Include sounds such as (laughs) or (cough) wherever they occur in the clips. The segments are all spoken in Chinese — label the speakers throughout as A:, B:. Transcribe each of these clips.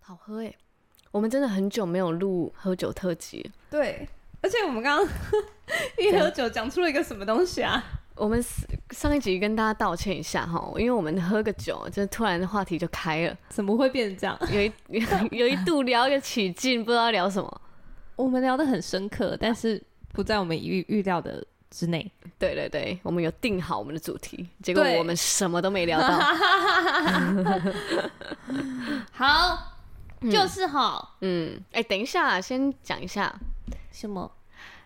A: 好喝哎！我们真的很久没有录喝酒特辑了，
B: 对，而且我们刚刚 (laughs) 一喝酒讲出了一个什么东西啊？
A: 我们上一集跟大家道歉一下哈，因为我们喝个酒，就突然话题就开了，
B: 怎么会变成这样？
A: 有一 (laughs) 有一度聊一个起劲，不知道聊什么。
B: 我们聊得很深刻，但是不在我们预预料的之内。
A: 对对对，我们有定好我们的主题，结果
B: 对
A: 我们什么都没聊
B: (laughs)
A: 到。
B: 好，就是哈，
A: 嗯，哎、等一下，先讲一下。
B: 什么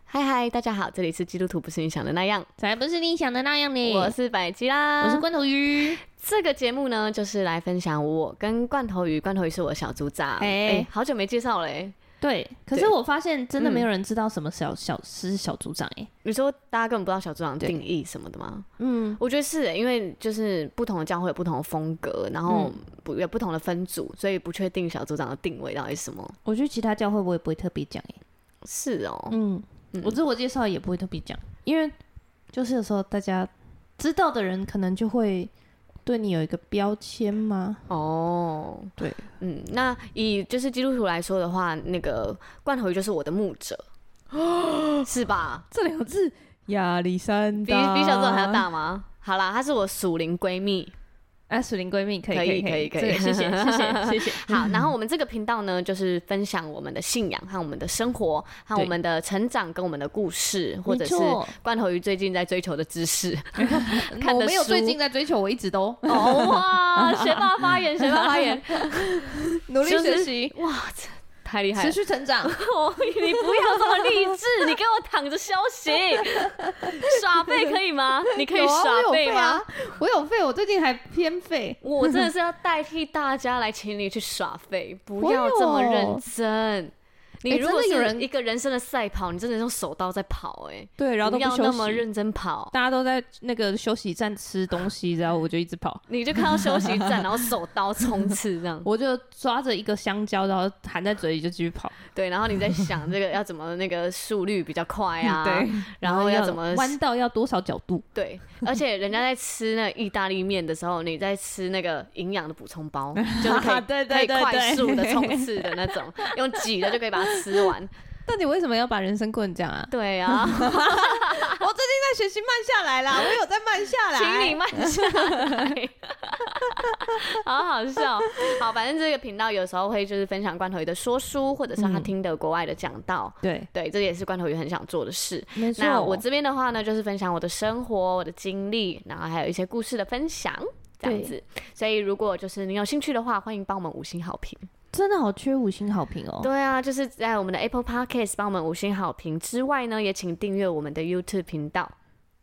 A: 嗨嗨，大家好，这里是基督徒不是你想的那样，
B: 才不是你想的那样呢
A: 我是百吉啦，
B: 我是罐头鱼，
A: 这个节目呢，就是来分享我跟罐头鱼，罐头鱼是我的小组长，哎、
B: 哎
A: 好久没介绍欸嘞、
B: 对，可
A: 对
B: 是我发现真的
A: 嗯
B: 没有人知道什么小小是小组长哎、
A: 你说大家根本不知道小组长的定义什么的吗？
B: 嗯，
A: 我觉得是、欸，因为就是不同的教会有不同的风格，然
B: 嗯
A: 后不有不同的分组，所以不确定小组长的定位到底是什么。
B: 我去其他教会我也不会特别讲哎、
A: 是哦、
B: 嗯，我自我介绍也不会特别讲，因为就是有时候大家知道的人可能就会对你有一个标签嘛。
A: 哦，
B: 对，
A: 嗯，那以就是基督徒来说的话，那个罐头鱼就是我的牧
B: (gasps)
A: 者，是吧？
B: 这两个字亚历山
A: 比比小组长还要。大吗？好啦，她是我属灵闺蜜，
B: 哎，属灵闺蜜可以
A: 可以
B: 可以
A: 可以可以
B: 这个谢谢谢谢谢 (laughs) 谢。
A: 好，然后我们这个频道呢，就是分享我们的信仰和我们的生活，和我们的成长跟我们的故事，或者是
B: 错
A: 罐头鱼最近在追求的知 (laughs) 识。看的
B: 我没有
A: 书
B: 最近在追求，我一直都
A: (laughs) 哦哇，学霸发言，学霸发 (laughs) 言，
B: (laughs) 努力
A: 就是
B: 学习，
A: 哇，这太厉害
B: 持
A: 了！
B: 续成 (laughs) 长。
A: 哦你不要这么励 (laughs) 志，你给我躺着休息，耍废可以吗？你可以
B: 有啊我
A: 耍
B: 有
A: 废
B: 废
A: 吗
B: 啊？，我有废，我最近还偏废。
A: 我真的是要代替大家来请你去耍废，不
B: 我
A: 要这么
B: 有
A: 认哎真。你
B: 欸
A: 如
B: 真
A: 果
B: 的有
A: 是
B: 人
A: 一个人生的赛跑，你真的用手刀在跑、欸，
B: 对，然后都
A: 不要
B: 不
A: 那
B: 休
A: 么
B: 息，
A: 认真跑。
B: 大家都在那个休息站吃东西，然后我就一直跑，
A: 你就看到休息站，然后手刀冲刺这样，
B: 我就抓着一个香蕉，然后含在嘴里就继续跑。
A: 对，然后你在想这
B: (laughs)
A: 个要怎么那个速率比较
B: 哎
A: 快啊，
B: 对，
A: 然后要怎么
B: 弯道要多少角度？
A: 对，而且人家在吃那个意大利面的时候，你在吃那个营养的补充包，就是可以
B: (laughs) 对
A: 可以
B: 对对
A: 快
B: 对
A: 速的冲刺的那种，用挤的就可以把它吃
B: (laughs)
A: 完。？
B: (laughs) 到底为什么要把人生过成这样 (laughs) 啊
A: 对啊，
B: 我最近在学习慢下来啦，我有在慢下
A: 请你慢下来， (laughs) 好好笑。好，反正这个频道有时候会就是分享罐头鱼的说书，或者是他
B: 嗯
A: 听的国外的讲道。
B: 对，
A: 对，这也是罐头鱼很想做的事。
B: 没错。
A: 那我这边的话呢，就是分享我的生活、我的经历，然后还有一些故事的分享，这样
B: 对
A: 子。所以如果就是你有兴趣的话，欢迎帮我们五星好评。
B: 真的好缺五星好评哦。
A: 对啊，就是在我们的 Apple Podcast 帮我们五星好评之外呢，也请订阅我们的 YouTube 频道。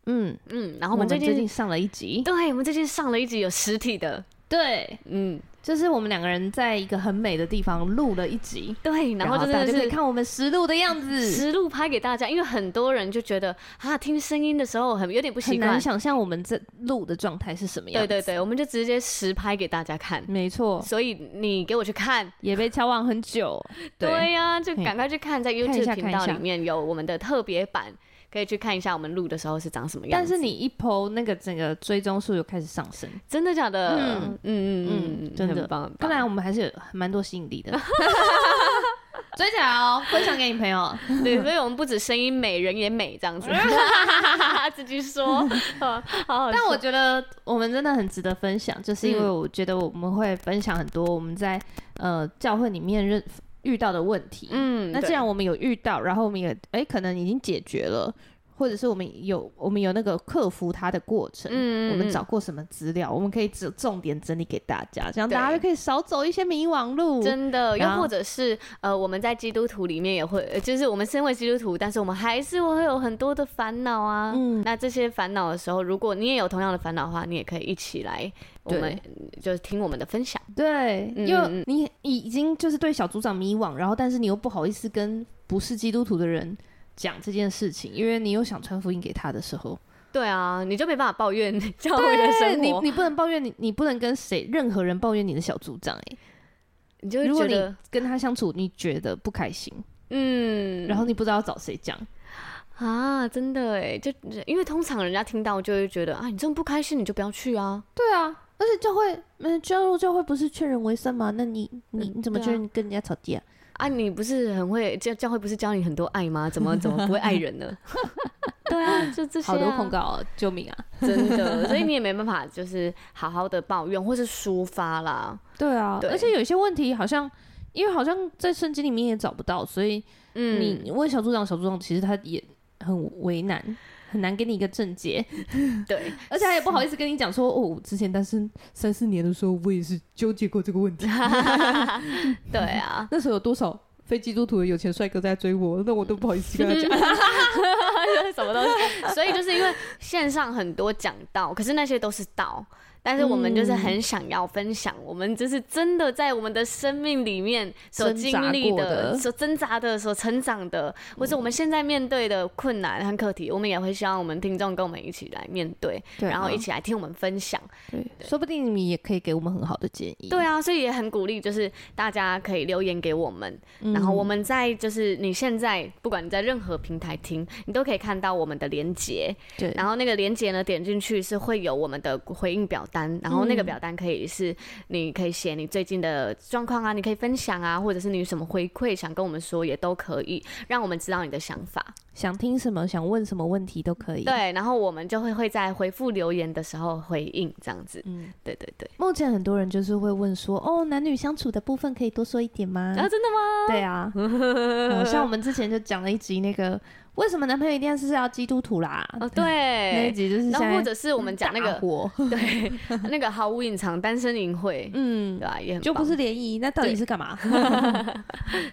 B: 嗯，
A: 嗯，然
B: 然
A: 后我
B: 后
A: 们
B: 我们
A: 最
B: 最
A: 近
B: 近上了一集，
A: 对，我们最近上了一集有实体的，
B: 对，
A: 嗯，
B: 就是我们两个人在一个很美的地方录了一集，
A: 对，然后就真
B: 大
A: 的
B: 家就可
A: 是
B: 以看我们实录的样子，
A: 实录拍给大家，因为很多人就觉得啊，听声音的时候很有点不习
B: 很
A: 惯
B: 难，想象我们这录的状态是什么样
A: 对
B: 子。
A: 对对，我们就直接实拍给大家看，
B: 没错，
A: 所以你给我去看，
B: 也被敲望很久。
A: 对呀、就
B: 嘿
A: 赶快去看，在
B: 看一
A: YouTube
B: 下
A: 频
B: 看一
A: 道里
B: 下
A: 面有我们的特别版，可以去看一下我们录的时候是长什么样
B: 但
A: 子。
B: 是你一 PO 那个整个追踪数又开始上升，
A: 真的假的？嗯
B: 嗯
A: 嗯
B: 嗯
A: 嗯，
B: 真的
A: 很棒。很棒
B: 看来我们还是有蛮多吸
A: (laughs)
B: 引力的。追起来哦，分享给你朋友。
A: 对，所以我们不止声音美，人也美，这样
B: (laughs)
A: 子。自己说，好好好笑。
B: 但我觉得我们真的很值得分享，就是因为
A: 嗯
B: 我觉得我们会分享很多我们在呃教会里面认遇到的问题。
A: 嗯，
B: 那既
A: 对
B: 然我们有遇到，然后我们也哎、可能已经解决了，或者是我们有我们有那个克服它的过程，
A: 嗯嗯
B: 我
A: 嗯
B: 们找过什么资料，我们可以只重点整理给大家，这样
A: 对
B: 大家就可以少走一些迷惘路。
A: 真的，又
B: 然后
A: 或者是呃，我们在基督徒里面也会，呃就是我们身为基督徒，但是我们还是会有很多的烦恼啊。
B: 嗯
A: 那这些烦恼的时候，如果你也有同样的烦恼的话，你也可以一起来，我
B: 对
A: 们嗯就是听我们的分享。
B: 对，
A: 嗯
B: 因
A: 嗯
B: 为你已经就是对小组长迷惘，然后但是你又不好意思跟不是基督徒的人讲这件事情，因为你又想传福音给他的时候，
A: 对啊，你就没办法抱怨 (laughs) 教会的生
B: 你
A: 活，
B: 你不能抱怨你，你不能跟谁任何人抱怨你的小组长、欸。
A: 你就
B: 哎，
A: 会
B: 如果
A: 觉
B: 你
A: 得，
B: 跟他相处，你觉得不开心，
A: 嗯，
B: 然后你不知道要找谁讲，
A: 啊，真的哎，就因为通常人家听到就会觉得啊，你这么不开心，你就不要去啊。
B: 对啊，而且就会，嗯，教入教会不是劝人为善吗？那你你
A: 嗯
B: 你怎么
A: 对啊
B: 劝人跟人家吵架？
A: 啊，你不是很会教教会不是教你很多爱吗？怎么怎么不会爱人呢？ (laughs) 对啊，就这些、
B: 好多控，告、哦，救命啊！
A: 真的，所以你也没办法就是好好的抱怨或是抒发啦。
B: 对啊，
A: 对
B: 而且有一些问题好像，因为好像在圣经里面也找不到，所以
A: 嗯，
B: 你你问小组长，小组长其实他也很为难，很难给你一个正解，
A: (laughs) 对，
B: 而且他也不好意思跟你讲说，哦，我之前单身三四年的时候，我也是纠结过这个问题， (laughs)
A: 对啊，
B: 那时候有多少非基督徒的有钱帅哥在追我，那我都不好意 (laughs) 思跟他讲。
A: 什么东西？所以就是因为线上很多讲道，可是那些都是道，但是我们就是很想要分享，我们就是真的在我们的生命里面所经历
B: 挣扎过
A: 的、
B: 的
A: 所挣扎的、所成长的，或者我们现在面对的困难和课题，我们也会希望我们听众跟我们一起来面 (laughs) 对，
B: 对啊
A: 然后一起来听我们分享。
B: 对，说不定你也可以给我们很好的建议。
A: 对啊，所以也很鼓励，就是大家可以留言给我们，
B: 嗯
A: 然后我们在就是你现在不管你在任何平台听，你都可以看到我们的连接，
B: 对，
A: 然后那个连接呢点进去是会有我们的回应表单，然后
B: 嗯
A: 那个表单可以是你可以写你最近的状况啊，你可以分享啊，或者是你有什么回馈想跟我们说也都可以，让我们知道你的想法。
B: 想听什么，想问什么问题都可以。，
A: 对，然后我们就会会在回复留言的时候回应这样子。
B: 嗯，
A: 对对对，
B: 目前很多人就是会问说，哦，男女相处的部分可以多说一点吗？
A: 啊，真的吗？
B: 对 (laughs) 啊，哦像我们之前就讲了一集那个为什么男朋友一定要是要基督徒啦？
A: 哦，
B: 那一
A: 对。
B: 集就是
A: 然后或
B: 现在
A: 者是我们讲那
B: 大
A: 个
B: (laughs) 火，
A: 对 (laughs) 那个毫无隐藏单身淫秽，
B: 嗯
A: 对，吧、也很
B: 就不
A: 棒
B: 是联谊，那到底是干嘛？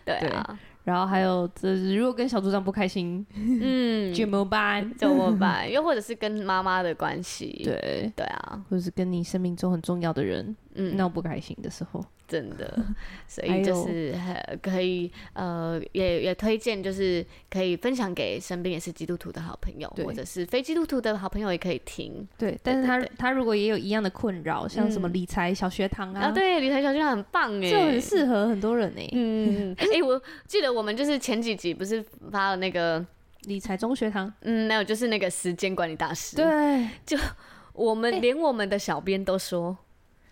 A: 对啊，
B: (laughs) 然后还有这如果跟小组长不开心，
A: 嗯，
B: 怎么办？
A: 怎么办？又或者是跟妈妈的关系，
B: (laughs) 对，
A: 对啊，
B: 或者是跟你生命中很重要的人
A: 嗯，
B: 闹不开心的时候，
A: 真
B: (laughs)
A: 的，所
B: 还
A: 以
B: 有
A: 就是呃可以呃，也也推荐，就是可以分享给身边也是基督徒的好朋友，
B: 对
A: 或者是非基督徒的好朋友也可以听
B: 对，但是
A: 对
B: 他
A: 对
B: 他如果也有一样的困扰，像什么
A: 嗯
B: 理财小学堂
A: 啊。
B: 啊，，
A: 对，理财小剧场很棒哎，
B: 就很适合很多人欸诶。
A: 嗯，
B: (laughs)
A: 哎、我记得我们就是前几集不是发了那个，
B: 理财中学堂，
A: 嗯，没有，就是那个时间管理大师，
B: 对，
A: 我们、
B: 哎
A: 连我们的小编都说，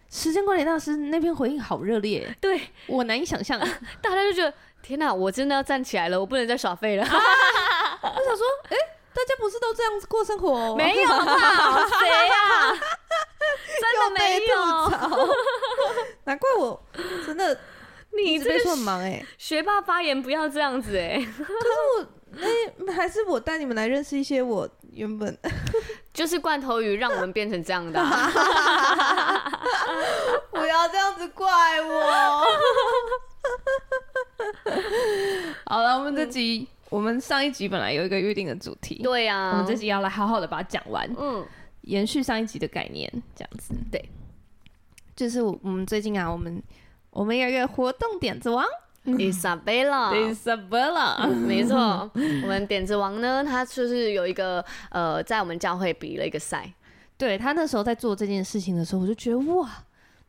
B: 时间管理大师那篇回应好热烈，欸
A: 对，
B: 我难以想 (laughs) 象。我想
A: 大家就觉得天哪，我真的要站起来了，我不能再耍废了。
B: 说，哎，大家不是都这样子过生活
A: (laughs)
B: 哦？
A: 没
B: (laughs)
A: 有吧？谁啊呀、 (laughs) 真的没有，
B: 有， (laughs) 难怪我真的
A: 你
B: 一直
A: 这
B: 被
A: 个
B: 说很忙哎。
A: 学霸发言不要这样子哎、
C: 还是我带你们来认识一些我原
A: (laughs)
C: 本
A: (laughs) 就是罐头鱼让我们变成这样的 (laughs) 啊、
C: 不要这样子怪我。
B: (laughs) 好了，我们这
A: 嗯
B: 集，我们上一集本来有一个预定的主题，
A: 对呀、
B: 我们这集要来好好的把它讲完，
A: 嗯，
B: 延续上一集的概念，这样子。
A: 对，
B: 就是我我们最近啊，我们我们有一个活动点子王
A: 嗯
B: 啊
A: Isabella。
B: Isabella，
A: 没错，我们点子王呢，他就是有一个呃，在我们教会比了一个赛，
B: 对他那时候在做这件事情的时候，我就觉得哇，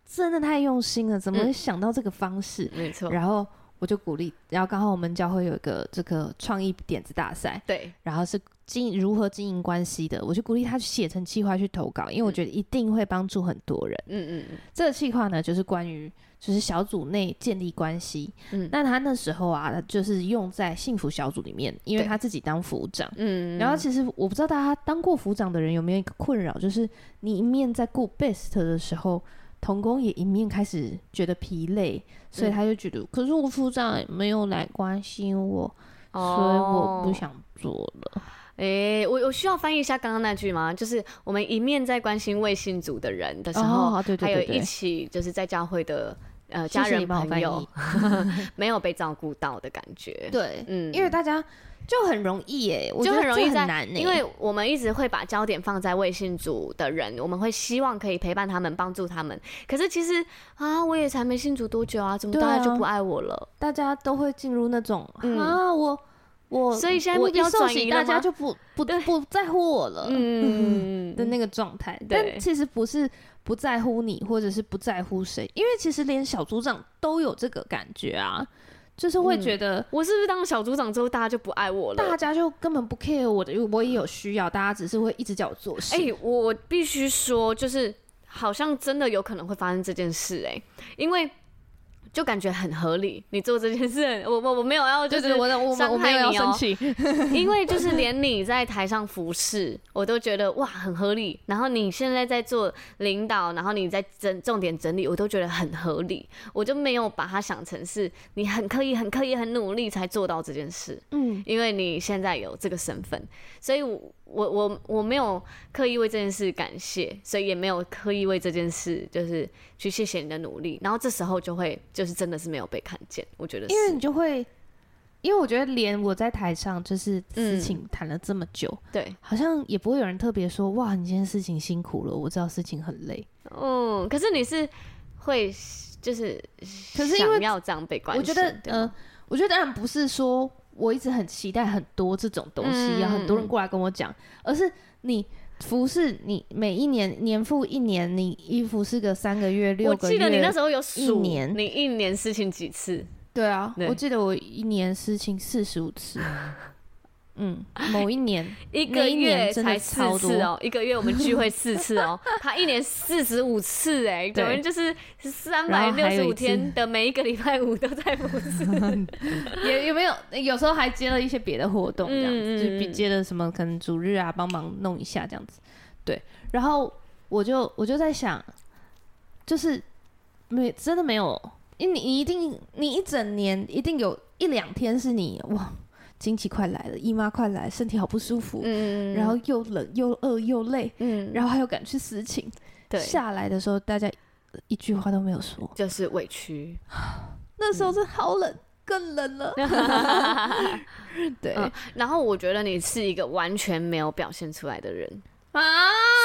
B: 真的太用心了，怎么会想到这个方式？
A: 没错，
B: 然后我就鼓励，然后刚好我们教会有一个这个创意点子大赛，
A: 对，
B: 然后是经如何经营关系的，我就鼓励他去写成计划去投稿，因为我觉得一定会帮助很多人。
A: 嗯嗯嗯，
B: 这个计划呢，就是关于就是小组内建立关系。
A: 嗯
B: 那他那时候啊，他就是用在幸福小组里面，因为
A: 对
B: 他自己当辅长。
A: 嗯，
B: 然后其实我不知道大家当过辅长的人有没有一个困扰，就是你一面在顾 best 的时候，童工也一面开始觉得疲累，所以
A: 嗯
B: 他就觉得，可是我辅长没有来关心我，所以我不
A: 哦
B: 想做了。
A: 诶、我我需要翻译一下刚刚那句吗？就是我们一面在关心卫信组的人的时候，
B: 哦对对
A: 还有
B: 对对
A: 一起就是在教会的呃
B: 谢
A: 家
B: 谢你
A: 人
B: 帮我
A: 朋
B: 翻
A: 友
B: 译。
A: 没有被照顾到的感觉。
B: 对，
A: 嗯，
B: (laughs) 因为大家就很容易耶，我
A: 就
B: 觉得
A: 很容易
B: 这
A: 在
B: 很难耶，
A: 因为我们一直会把焦点放在卫信组的人，我们会希望可以陪伴他们、帮助他们。可是其实啊，我也才没信主多久啊，怎么
B: 对啊
A: 大家就不爱我了？
B: 大家都会进入那种、
A: 嗯
B: 啊，我我
A: 所以现在
B: 我
A: 目
B: 一
A: 标
B: 受
A: 转
B: 洗，
A: 移了
B: 大
A: 吗
B: 家就不不
A: 对
B: 不在乎我了。 (laughs)
A: 嗯，
B: 的那个状态，
A: 对
B: 但其实不是不在乎你，或者是不在乎谁，因为其实连小组长都有这个感觉啊，就是会觉得
A: 我是不是当小组长之后，大家就不爱我了
B: 大？家就根本不
A: 哎
B: care 我的，因为我也有需要，大家只是会一直叫我做事。
A: 哎、我我必须说，就是好像真的有可能会发生这件事哎、因为就感觉很合理，你做这件事很，我我我没有要就是
B: 我的我
A: 伤
B: 们我没
A: 害
B: 有要
A: 你哦
B: 生
A: (laughs)
B: 气， (laughs)
A: 因为就是连你在台上服侍，我都觉得哇很合理。然后你现在在做领导，然后你在整重点整理，我都觉得很合理。我就没有把它想成是你很刻意、很刻意、很努力才做到这件事，
B: 嗯，
A: 因为你现在有这个身份，所以我我我我没有刻意为这件事感谢，所以也没有刻意为这件事就是去谢谢你的努力。然后这时候就会就是真的是没有被看见，我觉得是
B: 因为你就会，因为我觉得连我在台上就是事
A: 嗯
B: 情谈了这么久，
A: 对，
B: 好像也不会有人特别说哇，你今天事情辛苦了，我知道事情很累。
A: 嗯，可是你是会就是，
B: 可是因为
A: 要这样被关
B: 我
A: 心，
B: 觉得，
A: 对
B: 呃
A: 吗，
B: 我觉得当然不是说我一直很期待很多这种东西，要
A: 嗯
B: 很多人过来跟我讲，而是你服侍你每一年年复一年，你衣服是个三个月六
A: 我
B: 个月，
A: 记得你那时候有数
B: 一年
A: 你一年事情几次，
B: 对啊，
A: 对
B: 我记得我一年事情四十五
A: (laughs)
B: 次，嗯，某一年
A: 一
B: 那
A: 个
B: 一
A: 月
B: 年真的
A: 才四
B: 超
A: 次哦、一个月我们聚会四次哦、 (laughs) 他一年四十五次哎、
B: 对
A: 等于就是三
B: 然
A: 百
B: 后
A: 六
B: 还
A: 十
B: 有
A: 五
B: 一
A: 天
B: 次
A: 的每一个礼拜五都在服侍， (laughs)
B: 也有没有有时候还接了一些别的活动，这样子，
A: 嗯嗯
B: 就是比
A: 嗯
B: 接了什么可能主日啊，帮忙弄一下这样子。对，然后我就我就在想，就是没真的没有，因为你你一定你一整年一定有一两天是你哇，经期快来了，姨妈快来，身体好不舒服，
A: 嗯
B: 然后又冷又饿又累，
A: 嗯，
B: 然后还有赶去私情，
A: 对，
B: 下来的时候大家一句话都没有说，
A: 就是委屈，
B: 那时候真的好冷，更冷 (laughs) 了。对、
A: 嗯然后我觉得你是一个完全没有表现出来的人，
B: 啊，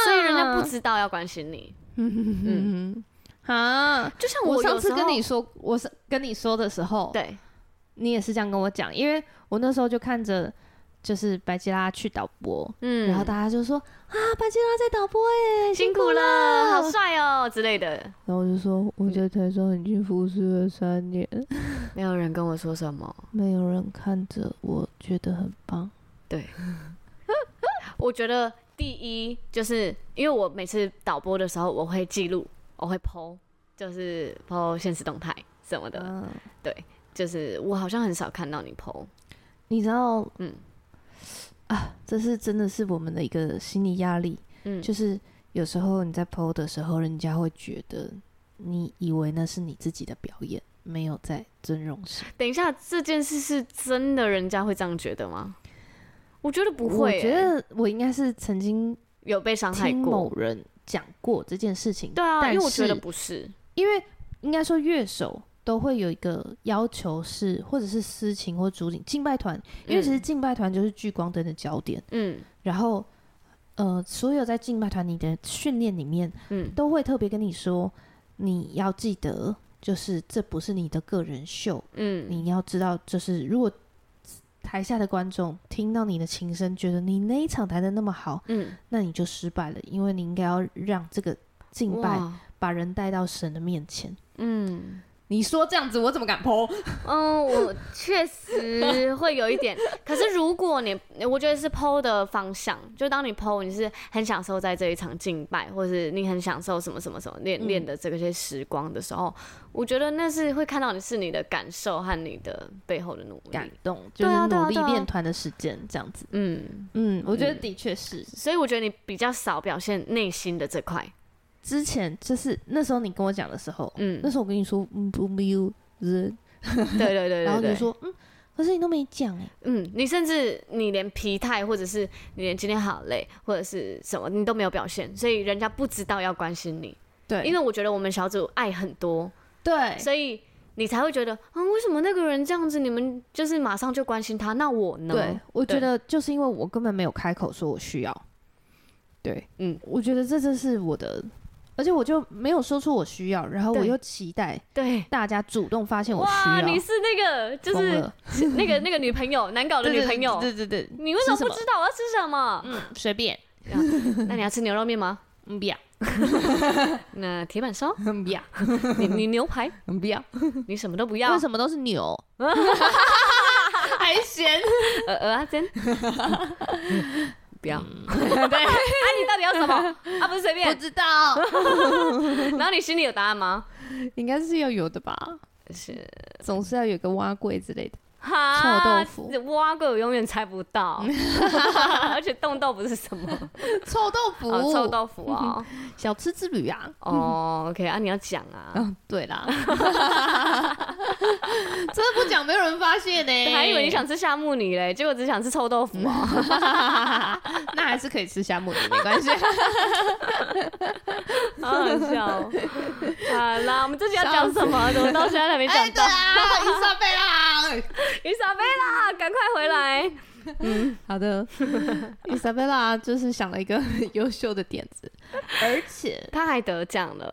A: 所以人家不知道要关心你。
B: 嗯啊！
A: 就像
B: 我
A: 有
B: 上次
A: 时
B: 跟
A: 候
B: 你说，我是跟你说的时候，
A: 对，
B: 你也是这样跟我讲，因为我那时候就看着就是白吉拉去导播，
A: 嗯
B: 然后大家就说啊，白吉拉在导播耶，
A: 辛苦
B: 苦
A: 了，好
B: 了嗯
A: 帅哦之类的。
B: 然后我就说我在台上已经服侍了三年，
A: 没有人跟我说什么。
B: 没有人看着，我觉得很棒。
A: 我觉得第一就是因为我每次导播的时候，我会记录，我会 PO，就是 PO 现实动态什么的。
B: 嗯，
A: 就是我好像很少看到你 PO。
B: 你知道，
A: 嗯
B: 嗯啊，这是真的是我们的一个心理压力，
A: 嗯，
B: 就是有时候你在 PO 的时候，人家会觉得你以为那是你自己的表演，没有在尊重谁。
A: 等一下，这件事是真的，人家会这样觉得吗？我觉得不
B: 我
A: 会欸、
B: 觉得我应该是曾经
A: 有被伤害
B: 听
A: 过
B: 某。人讲过这件事情，
A: 对啊，
B: 但
A: 因为我觉得
B: 是
A: 不是。
B: 因为应该说乐手都会有一个要求是，或者是私情或主领敬拜团，因为其实敬拜团就是聚光灯的焦点，
A: 嗯
B: 然后。呃，所有在敬拜团你的训练里面，
A: 嗯
B: 都会特别跟你说，你要记得，就是这不是你的个人秀，
A: 嗯
B: 你要知道，就是如果台下的观众听到你的琴声，觉得你那一场弹的那么好，
A: 嗯，
B: 那你就失败了，因为你应该要让这个敬拜
A: 哇
B: 把人带到神的面前。
A: 嗯。
B: 你说这样子，我怎么敢剖？
A: 嗯，我确实会有一点。可是如果你，我觉得是剖的方向，就当你剖，你是很享受在这一场敬拜，或是你很享受什么什么什么练
B: 嗯
A: 练的这些时光的时候，我觉得那是会看到你是你的感受和你的背后的努
B: 感
A: 力。
B: 动，就
A: 对啊
B: 是
A: 对啊
B: 努力
A: 对啊
B: 练团的时间，这样子。
A: 嗯，
B: 嗯，我觉得的确是。
A: 所以我觉得你比较少表现内心的这块。
B: 之前就是那时候你跟我讲的时候，
A: 嗯
B: 那，时候我跟你说，嗯，不没有人，
A: 对对对对
B: 然后你
A: 对
B: 就说，嗯，可是你都没讲哎、
A: 嗯，你甚至你连疲态，或者是你连今天好累，或者是什么，你都没有表现，所以人家不知道要关心你。
B: 对
A: 因为我觉得我们小组爱很多，
B: 对，
A: 所以你才会觉得啊，为什么那个人这样子，你们就是马上就关心他，那我呢？
B: 对，我
A: 对
B: 觉得就是因为我根本没有开口说我需要，对，
A: 嗯
B: 嗯，我觉得这就是我的，而且我就没有说出我需要，然后我
A: 对
B: 又期待
A: 对，
B: 大家主动发现我需
A: 哇，
B: 要，
A: 你是那个就
B: 疯
A: 是
B: 了
A: 那个那个女朋
B: (laughs)
A: 友，难搞的
B: 对
A: 女
B: 对
A: 朋友，
B: 对对对，对
A: 你为什么
B: 吃什
A: 不
B: 么
A: 知道我要吃什么？
B: 嗯随便，
A: 那你要吃牛肉面吗？
B: 嗯不要，
A: 那铁板
B: (laughs)
A: 烧，
B: 嗯不要，
A: 你你牛排，
B: 嗯不要，
A: 你什么都不要
B: 为，什么都
A: (laughs)
B: 是牛？ (laughs) 还嫌 (laughs)
A: 呃呃啊，真 (laughs) 不要。对，啊，你到底要什么？啊，不是随
B: 不
A: 便。
B: 知道，
A: 然后你心里有答案吗？
B: 应该是要有的吧，
A: 是
B: 总是要有个蛙柜之类的。
A: 哈
B: 臭豆腐
A: 啊挖过我永远猜不 (laughs) 到，而且冻豆不是什么，
B: 臭豆腐，
A: 哦，臭豆腐 (laughs) 哦，
B: 小吃之旅啊。
A: 哦，OK 啊，你要讲 (laughs) 啊，
B: 嗯，对啦， (laughs) 真的不讲没有人发现呢、
A: 还以为你想吃夏目里嘞，结果只想吃臭豆腐哦。
B: (laughs)
A: (laughs)
B: 那还是可以吃夏目没关 (laughs) 系。
A: 好好笑、哦。好啦，我们这集要讲什么？怎么到现在还没讲到？
B: 啊，伊莎贝 (laughs) 拉，
A: 伊莎贝拉，赶快回来！
B: 好 (laughs) 的，伊莎贝拉就是想了一个 (laughs) 很优秀的点子，而且
A: 他还得奖了，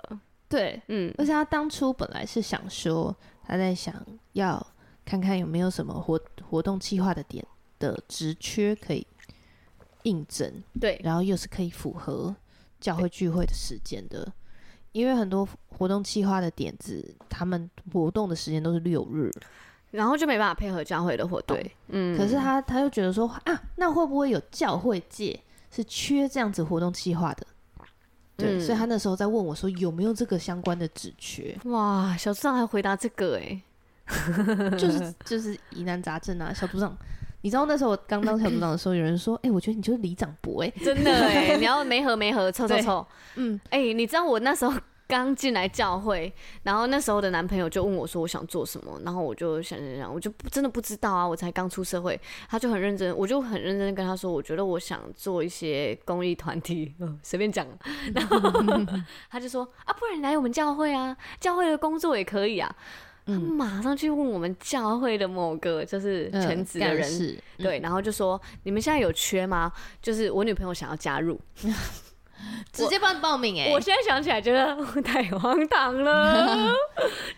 B: 对，
A: 嗯，
B: 而且他当初本来是想说，他在想要看看有没有什么活活动计划的点的职缺可以应征，
A: 对，
B: 然后又是可以符合教会聚会的时间的，因为很多活动计划的点子，他们活动的时间都是六日，
A: 然后就没办法配合教会的活动，
B: 对，
A: 嗯，
B: 可是他他又觉得说啊，那会不会有教会界是缺这样子活动计划的？对，
A: 嗯
B: 所以他那时候在问我说有没有这个相关的职缺，
A: 哇，小智上还回答这个哎、 (laughs)
B: 就是就是疑难杂症啊，小组长。你知道那时候我刚当小组长的时候，有人说：“哎、我觉得你就是里长伯哎、
A: 真的哎、 (laughs) 你要没合没合，凑凑
B: 对
A: 凑，
B: 嗯，
A: 哎、你知道我那时候 (laughs) 刚进来教会，然后那时候的男朋友就问我说我想做什么，然后我就想想想，我就不真的不知道啊，我才刚出社会，他就很认真，我就很认真地跟他说，我觉得我想做一些公益团体， (laughs) 呃随便讲，然
B: (laughs)
A: 后 (laughs) 他就说啊，不然你来我们教会啊，教会的工作也可以啊。他马上去问我们教会的某个就是
B: 嗯
A: 全职的
B: 干
A: 人
B: 事嗯
A: 对，然后就说你们现在有缺吗？就是我女朋友想要加入，
B: 直接帮你报名哎、
A: 我现在想起来觉得 (laughs) 太荒唐
B: (laughs)
A: 了。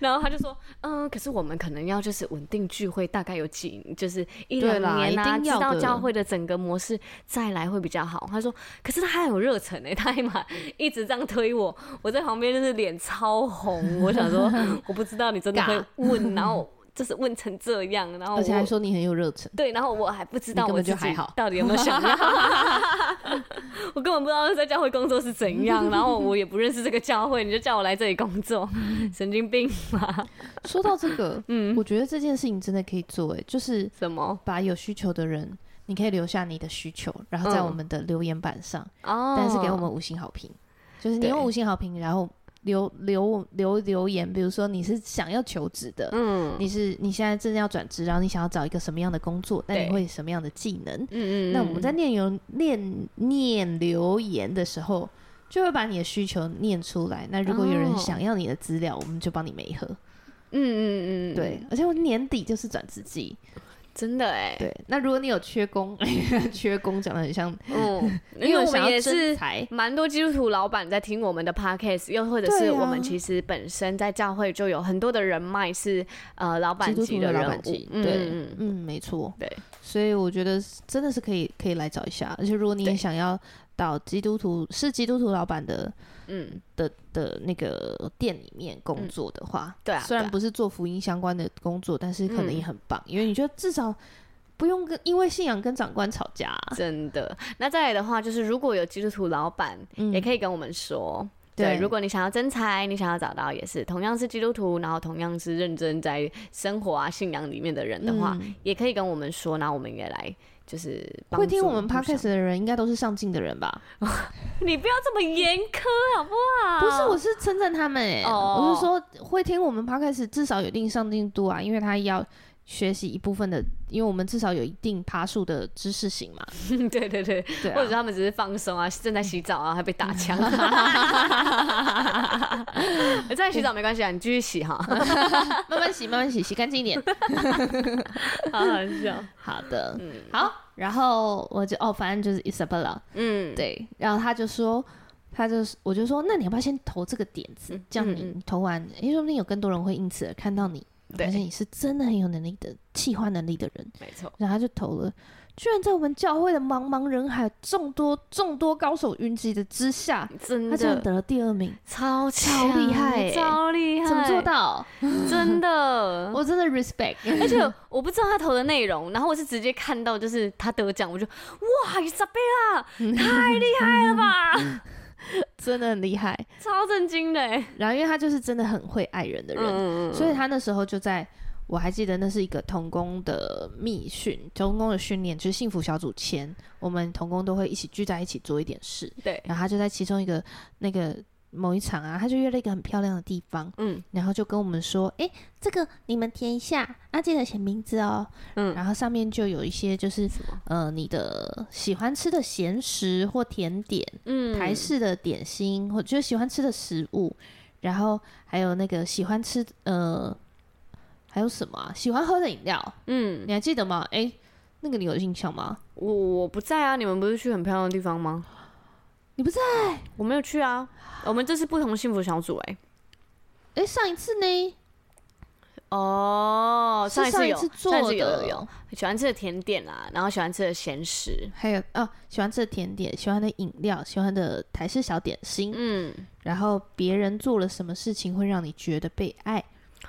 A: 然后他就说，嗯，可是我们可能要就是稳定聚会，大概有几就是一
B: 对
A: 两
B: 啦
A: 年啊，
B: 一定
A: 知
B: 要
A: 道
B: 的
A: 教会的整个模式再来会比较好。他说，可是他很有热忱哎、他还嘛一直这样推我，我在旁边就是脸超红，我想
B: (laughs)
A: 说我不知道你真的会
B: 尬
A: 问，然后就是问成这样，然后
B: 而且
A: 我
B: 还说你很有热忱，
A: 对，然后我还不知道
B: 你根
A: 我
B: 本
A: 自
B: 就还
A: 己
B: 好
A: 到底有没有想
B: (laughs)
A: 要，我根本不知道在教会工作是怎样，然后我也不认识这个教会，你就叫我来这里工作，神经病吧？
B: 说到这个，
A: (laughs) 嗯
B: 我觉得这件事情真的可以做、欸，就是
A: 什么？
B: 把有需求的人，你可以留下你的需求，然后在
A: 嗯
B: 我们的留言板上，
A: 哦，
B: 但是给我们五星好评，就是你
A: 对
B: 用五星好评，然后留留留留言，比如说你是想要求职的，
A: 嗯，嗯
B: 你是你现在正要转职，然后你想要找一个什么样的工作，那
A: 对
B: 你会什么样的技能？
A: 嗯嗯，
B: 那我们在念留念念留言的时候。就会把你的需求念出来。那如果有人
A: 哦
B: 想要你的资料，我们就帮你媒合。
A: 嗯嗯嗯，嗯
B: 对，，而且我年底就是转职季。
A: 真的哎，
B: 对，那如果你有缺工， (laughs) 缺工讲的很像， (laughs)
A: 嗯，因
B: 你
A: 为
B: 有
A: 我
B: 想
A: 们
B: 要
A: 也
B: 征
A: 是
B: 才，
A: 蛮多基督徒老板在听我们的 podcast，又或者
B: 对
A: 是
B: 啊
A: 我们其实本身在教会就有很多的人脉是呃老板
B: 基督
A: 级
B: 徒的老
A: 人
B: 板
A: 物，
B: 级，
A: 嗯
B: 对，
A: 嗯
B: 嗯
A: 嗯
B: 没错，
A: 对，
B: 所以我觉得是真的是可以可以来找一下，而且如果你也
A: 对
B: 想要到基督徒是基督徒老板的
A: 嗯。
B: 的的那个店里面工作的话，
A: 对啊
B: 虽
A: 对
B: 然
A: 啊
B: 不是做福音相关的工作，但是可能也
A: 嗯
B: 很棒，因为你觉得至少不用跟因为信仰跟长官吵架啊，
A: (laughs) 真的。那再来的话，就是如果有基督徒老板，
B: 嗯
A: 也可以跟我们说。
B: 对
A: 对，如果你想要真才，你想要找到也是同样是基督徒，然后同样是认真在生活啊、信仰里面的人的话，
B: 嗯
A: 也可以跟我们说，然后我们也来就是帮
B: 会听我
A: 助
B: 们
A: 互相
B: podcast 的人应该都是上进的人吧？
A: (laughs) 你不要这么严苛好不好？
B: 不是，我是称赞他们哎、
A: 哦
B: 我是说会听我们 podcast 至少有一定上进度啊，因为他要学习一部分的，因为我们至少有一定爬树的知识型嘛，
A: (laughs) 对对对，
B: 对
A: 或者
B: 啊。
A: 他们只是放松啊，正在洗澡啊，还被打枪。 (laughs) 正在洗澡没关系啊，你继续洗哈，
B: 慢慢洗，慢慢洗，洗干净一点。
A: (laughs) 好好笑。
B: 好的，好。然后我就哦，反正就是 Isabella，
A: 嗯，
B: 对。然后他就说，他就是，我就说，那你要不要先投这个点子？这样你
A: 嗯嗯
B: 你投完，因为说不定有更多人会因此而看到你，
A: 对
B: 而且你是真的很有能力的企划能力的人，
A: 没错，
B: 然后他就投了。居然在我们教会的茫茫人海、众多众多高手云集的之下，
A: 真
B: 他竟然
A: 的
B: 得了第二名，
A: 超
B: 超厉
A: 强
B: 害欸
A: 超厉害，
B: 怎么做？到？
A: 真的，
B: 我真的 respect。
A: (laughs) 而且我不知道他投的内容，然后我是直接看到就是他得奖，我就哇，伊莎贝拉太厉害
B: 嗯
A: 了吧，
B: (laughs) 真的很厉害。
A: 超震惊的欸，
B: 然后，因为他就是真的很会爱人的人，
A: 嗯
B: 所以他那时候就在。我还记得那是一个童工的密训，童工的训练就是幸福小组前，我们童工都会一起聚在一起做一点事。
A: 对，
B: 然后他就在其中一个那个某一场啊，他就约了一个很漂亮的地方，
A: 嗯
B: 然后就跟我们说：“诶，这个你们填一下，啊，记得写名字哦。”
A: 嗯
B: 然后上面就有一些就是呃你的喜欢吃的咸食或甜点，
A: 嗯
B: 台式的点心，或就是喜欢吃的食物，然后还有那个喜欢吃呃，还有什么、啊、喜欢喝的饮料，
A: 嗯，
B: 你还记得吗？诶，那个你有印象吗？
A: 我我不在啊，你们不是去很漂亮的地方吗？
B: 你不在，
A: 我没有去啊，我们这是不同幸福小组哎、
B: 诶，上一次呢？
A: 哦，上一
B: 是
A: 次
B: 上一
A: 有，
B: 次做
A: 上一次有
B: 的，
A: 有有喜欢吃的甜点啊，然后喜欢吃的咸食，
B: 还有哦，喜欢吃的甜点，喜欢的饮料，喜欢的台式小点心，
A: 嗯，
B: 然后别人做了什么事情会让你觉得被爱？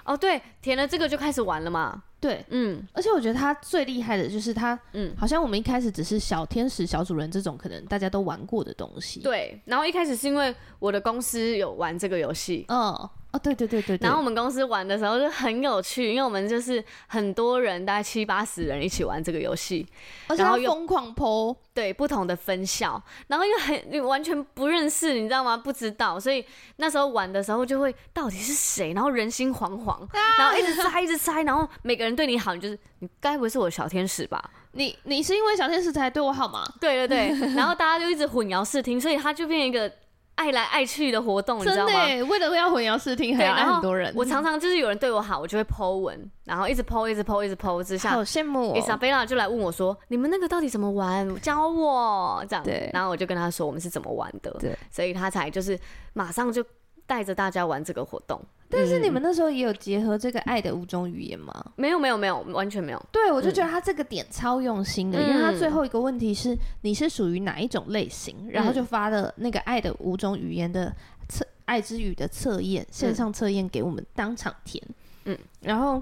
A: 哦对，填了这个就开始玩了嘛，
B: 对，
A: 嗯
B: 而且我觉得他最厉害的就是他，
A: 嗯，
B: 好像我们一开始只是小天使、小主人这种可能大家都玩过的东西，
A: 对，然后一开始是因为我的公司有玩这个游戏。
B: 哦哦，对对对对对，
A: 然后我们公司玩的时候就很有趣，因为我们就是很多人，大概七八十人一起玩这个游戏，
B: 而且
A: 然
B: 他
A: 后又
B: 疯狂剖，
A: 对不同的分校，然后又很你完全不认识，你知道吗？不知道，所以那时候玩的时候就会到底是谁，然后人心惶惶，
B: 啊
A: 然后一直猜一直猜，然后每个人对你好，你就是你该不会是我的小天使吧？
B: 你你是因为小天使才对我好吗？
A: 对对对， (laughs) 然后大家就一直混淆视听，所以它就变成一个爱来爱去的活动，你知
B: 真
A: 道
B: 的
A: 吗？
B: 耶，为了要混淆视听，还
A: 对
B: 要
A: 然
B: 爱
A: 后
B: 很多人，
A: 我常常就是有人对我好，我就会 Po 文，然后一直 Po 一直 Po 一直 Po 之下
B: 好，羡慕
A: 伊莎
B: 哦。
A: 贝拉就来问我说：“你们那个到底怎么玩？教我这样。”
B: 对
A: 然后我就跟他说我们是怎么玩的，
B: 对，
A: 所以他才就是马上就带着大家玩这个活动。
B: 但是你们那时候也有结合这个爱的五种语言吗？
A: 没有没有没有，完全没有。
B: 对，我就觉得他这个点超用心的，因为他
A: 嗯
B: 最后一个问题是你是属于哪一种类型，然
A: 嗯
B: 后就发了那个爱的五种语言的测爱之语的测验，线上测验给我们当场填，
A: 嗯，
B: 然后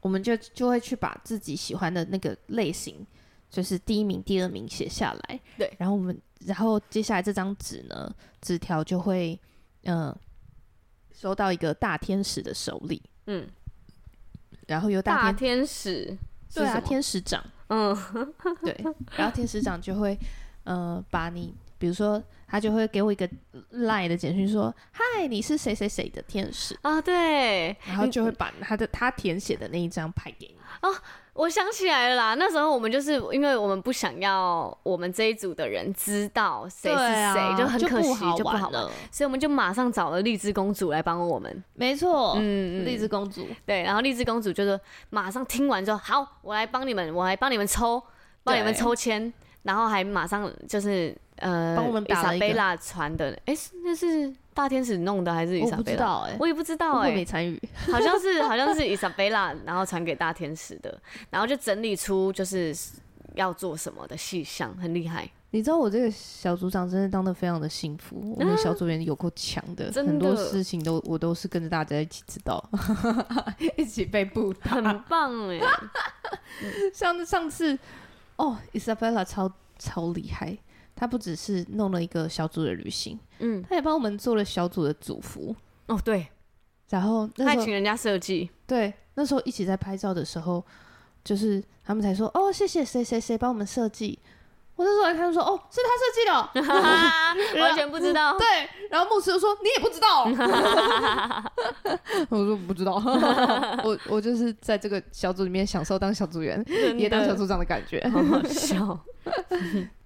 B: 我们就就会去把自己喜欢的那个类型，就是第一名、第二名写下来，
A: 对，
B: 然后我们然后接下来这张纸呢，纸条就会嗯、呃收到一个大天使的手里，
A: 嗯，
B: 然后由大
A: 大
B: 天
A: 天使是
B: 对啊
A: 什么
B: 天使长。
A: (laughs) 嗯
B: 对，然后天使长就会 (laughs) 呃把你，比如说他就会给我一个 line 的简讯说，嗨，你是谁谁谁的天使，
A: 啊，对，
B: 然后就会把他的他填写的那一张派
A: (laughs)
B: 给你。
A: 我想起来了啦，那时候我们就是因为我们不想要我们这一组的人知道谁是谁，啊就很可惜
B: 不好
A: 就不好玩，
B: 了。
A: 所以我们就马上找了荔枝公主来帮我们。
B: 没错，
A: 嗯，嗯
B: 荔枝公主，
A: 对，然后荔枝公主就是马上听完之后，好，我来帮你们，我来帮你们抽，帮你们
B: 对
A: 抽签，然后还马上就是呃，
B: 帮我们打了一个
A: 伊莎贝拉传的，哎、是那是大天使弄的还是伊
B: 我
A: 莎
B: 不
A: 贝
B: 知
A: 拉？
B: 道哎，
A: 我也不知道
B: 我
A: 哎、
B: 没参与，
A: (laughs) 好像是好像是伊莎贝拉，然后传给大天使的，然后就整理出就是要做什么的细项，很厉害，
B: 你知道我这个小组长真的当的非常的
A: (laughs)
B: 幸福，我们小组员有够强的，
A: 真
B: 很多
A: 的
B: 事情都我都是跟着大家一起知道， (laughs) 一起被布达。
A: 很棒哎、
B: 上上次哦，Isabella 超超厉害，她不只是弄了一个小组的旅行，
A: 嗯，
B: 她也帮我们做了小组的组服。
A: 哦对，
B: 然后那
A: 还
B: 时
A: 请
B: 候
A: 人家设
B: (laughs)
A: 计，
B: 对，那时候一起在拍照的时候，就是他们才说哦，谢谢谁谁谁帮我们设计。我那时候还看说哦，是他设
A: (laughs)
B: 计的哦、
A: 完全不知道，
B: 对，然后牧师就说你也不知道哦，
A: (laughs)
B: 我说不知道，我我就是在这个小组里面享受当小组员，
A: 真
B: 也当小
A: 的
B: 组长的感觉。
A: 好好 (laughs) 笑。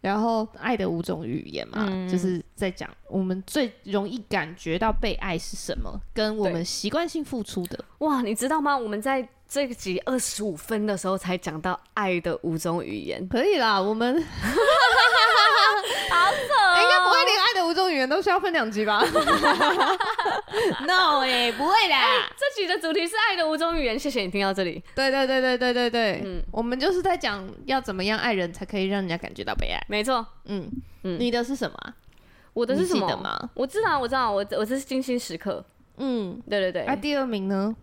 B: 然后爱的五种语言嘛，
A: 嗯
B: 就是在讲我们最容易感觉到被爱是什么，跟我
A: 对
B: 们习惯性付出的。
A: 哇，你知道吗？我们在这集二十五分的时候才讲到爱的五种语言，
B: 可以啦，我们应
A: 好扯、哦，
B: 该不会连爱的五种语言都需要分两集吧？
C: No 哎、不会啦。
A: 这集的主题是爱的五种语言，谢谢你听到这里。
B: 对对对对对对对，
A: 嗯
B: 我们就是在讲要怎么样爱人才可以让人家感觉到被爱。
A: 没错，
B: 嗯
A: 嗯
B: 你的是什么啊？
A: 我的是什
B: 你记得
A: 么？
B: 吗？
A: 我知道，我知道，我我这是精心时刻。
B: 嗯，
A: 对对对，
B: 啊，第二名呢？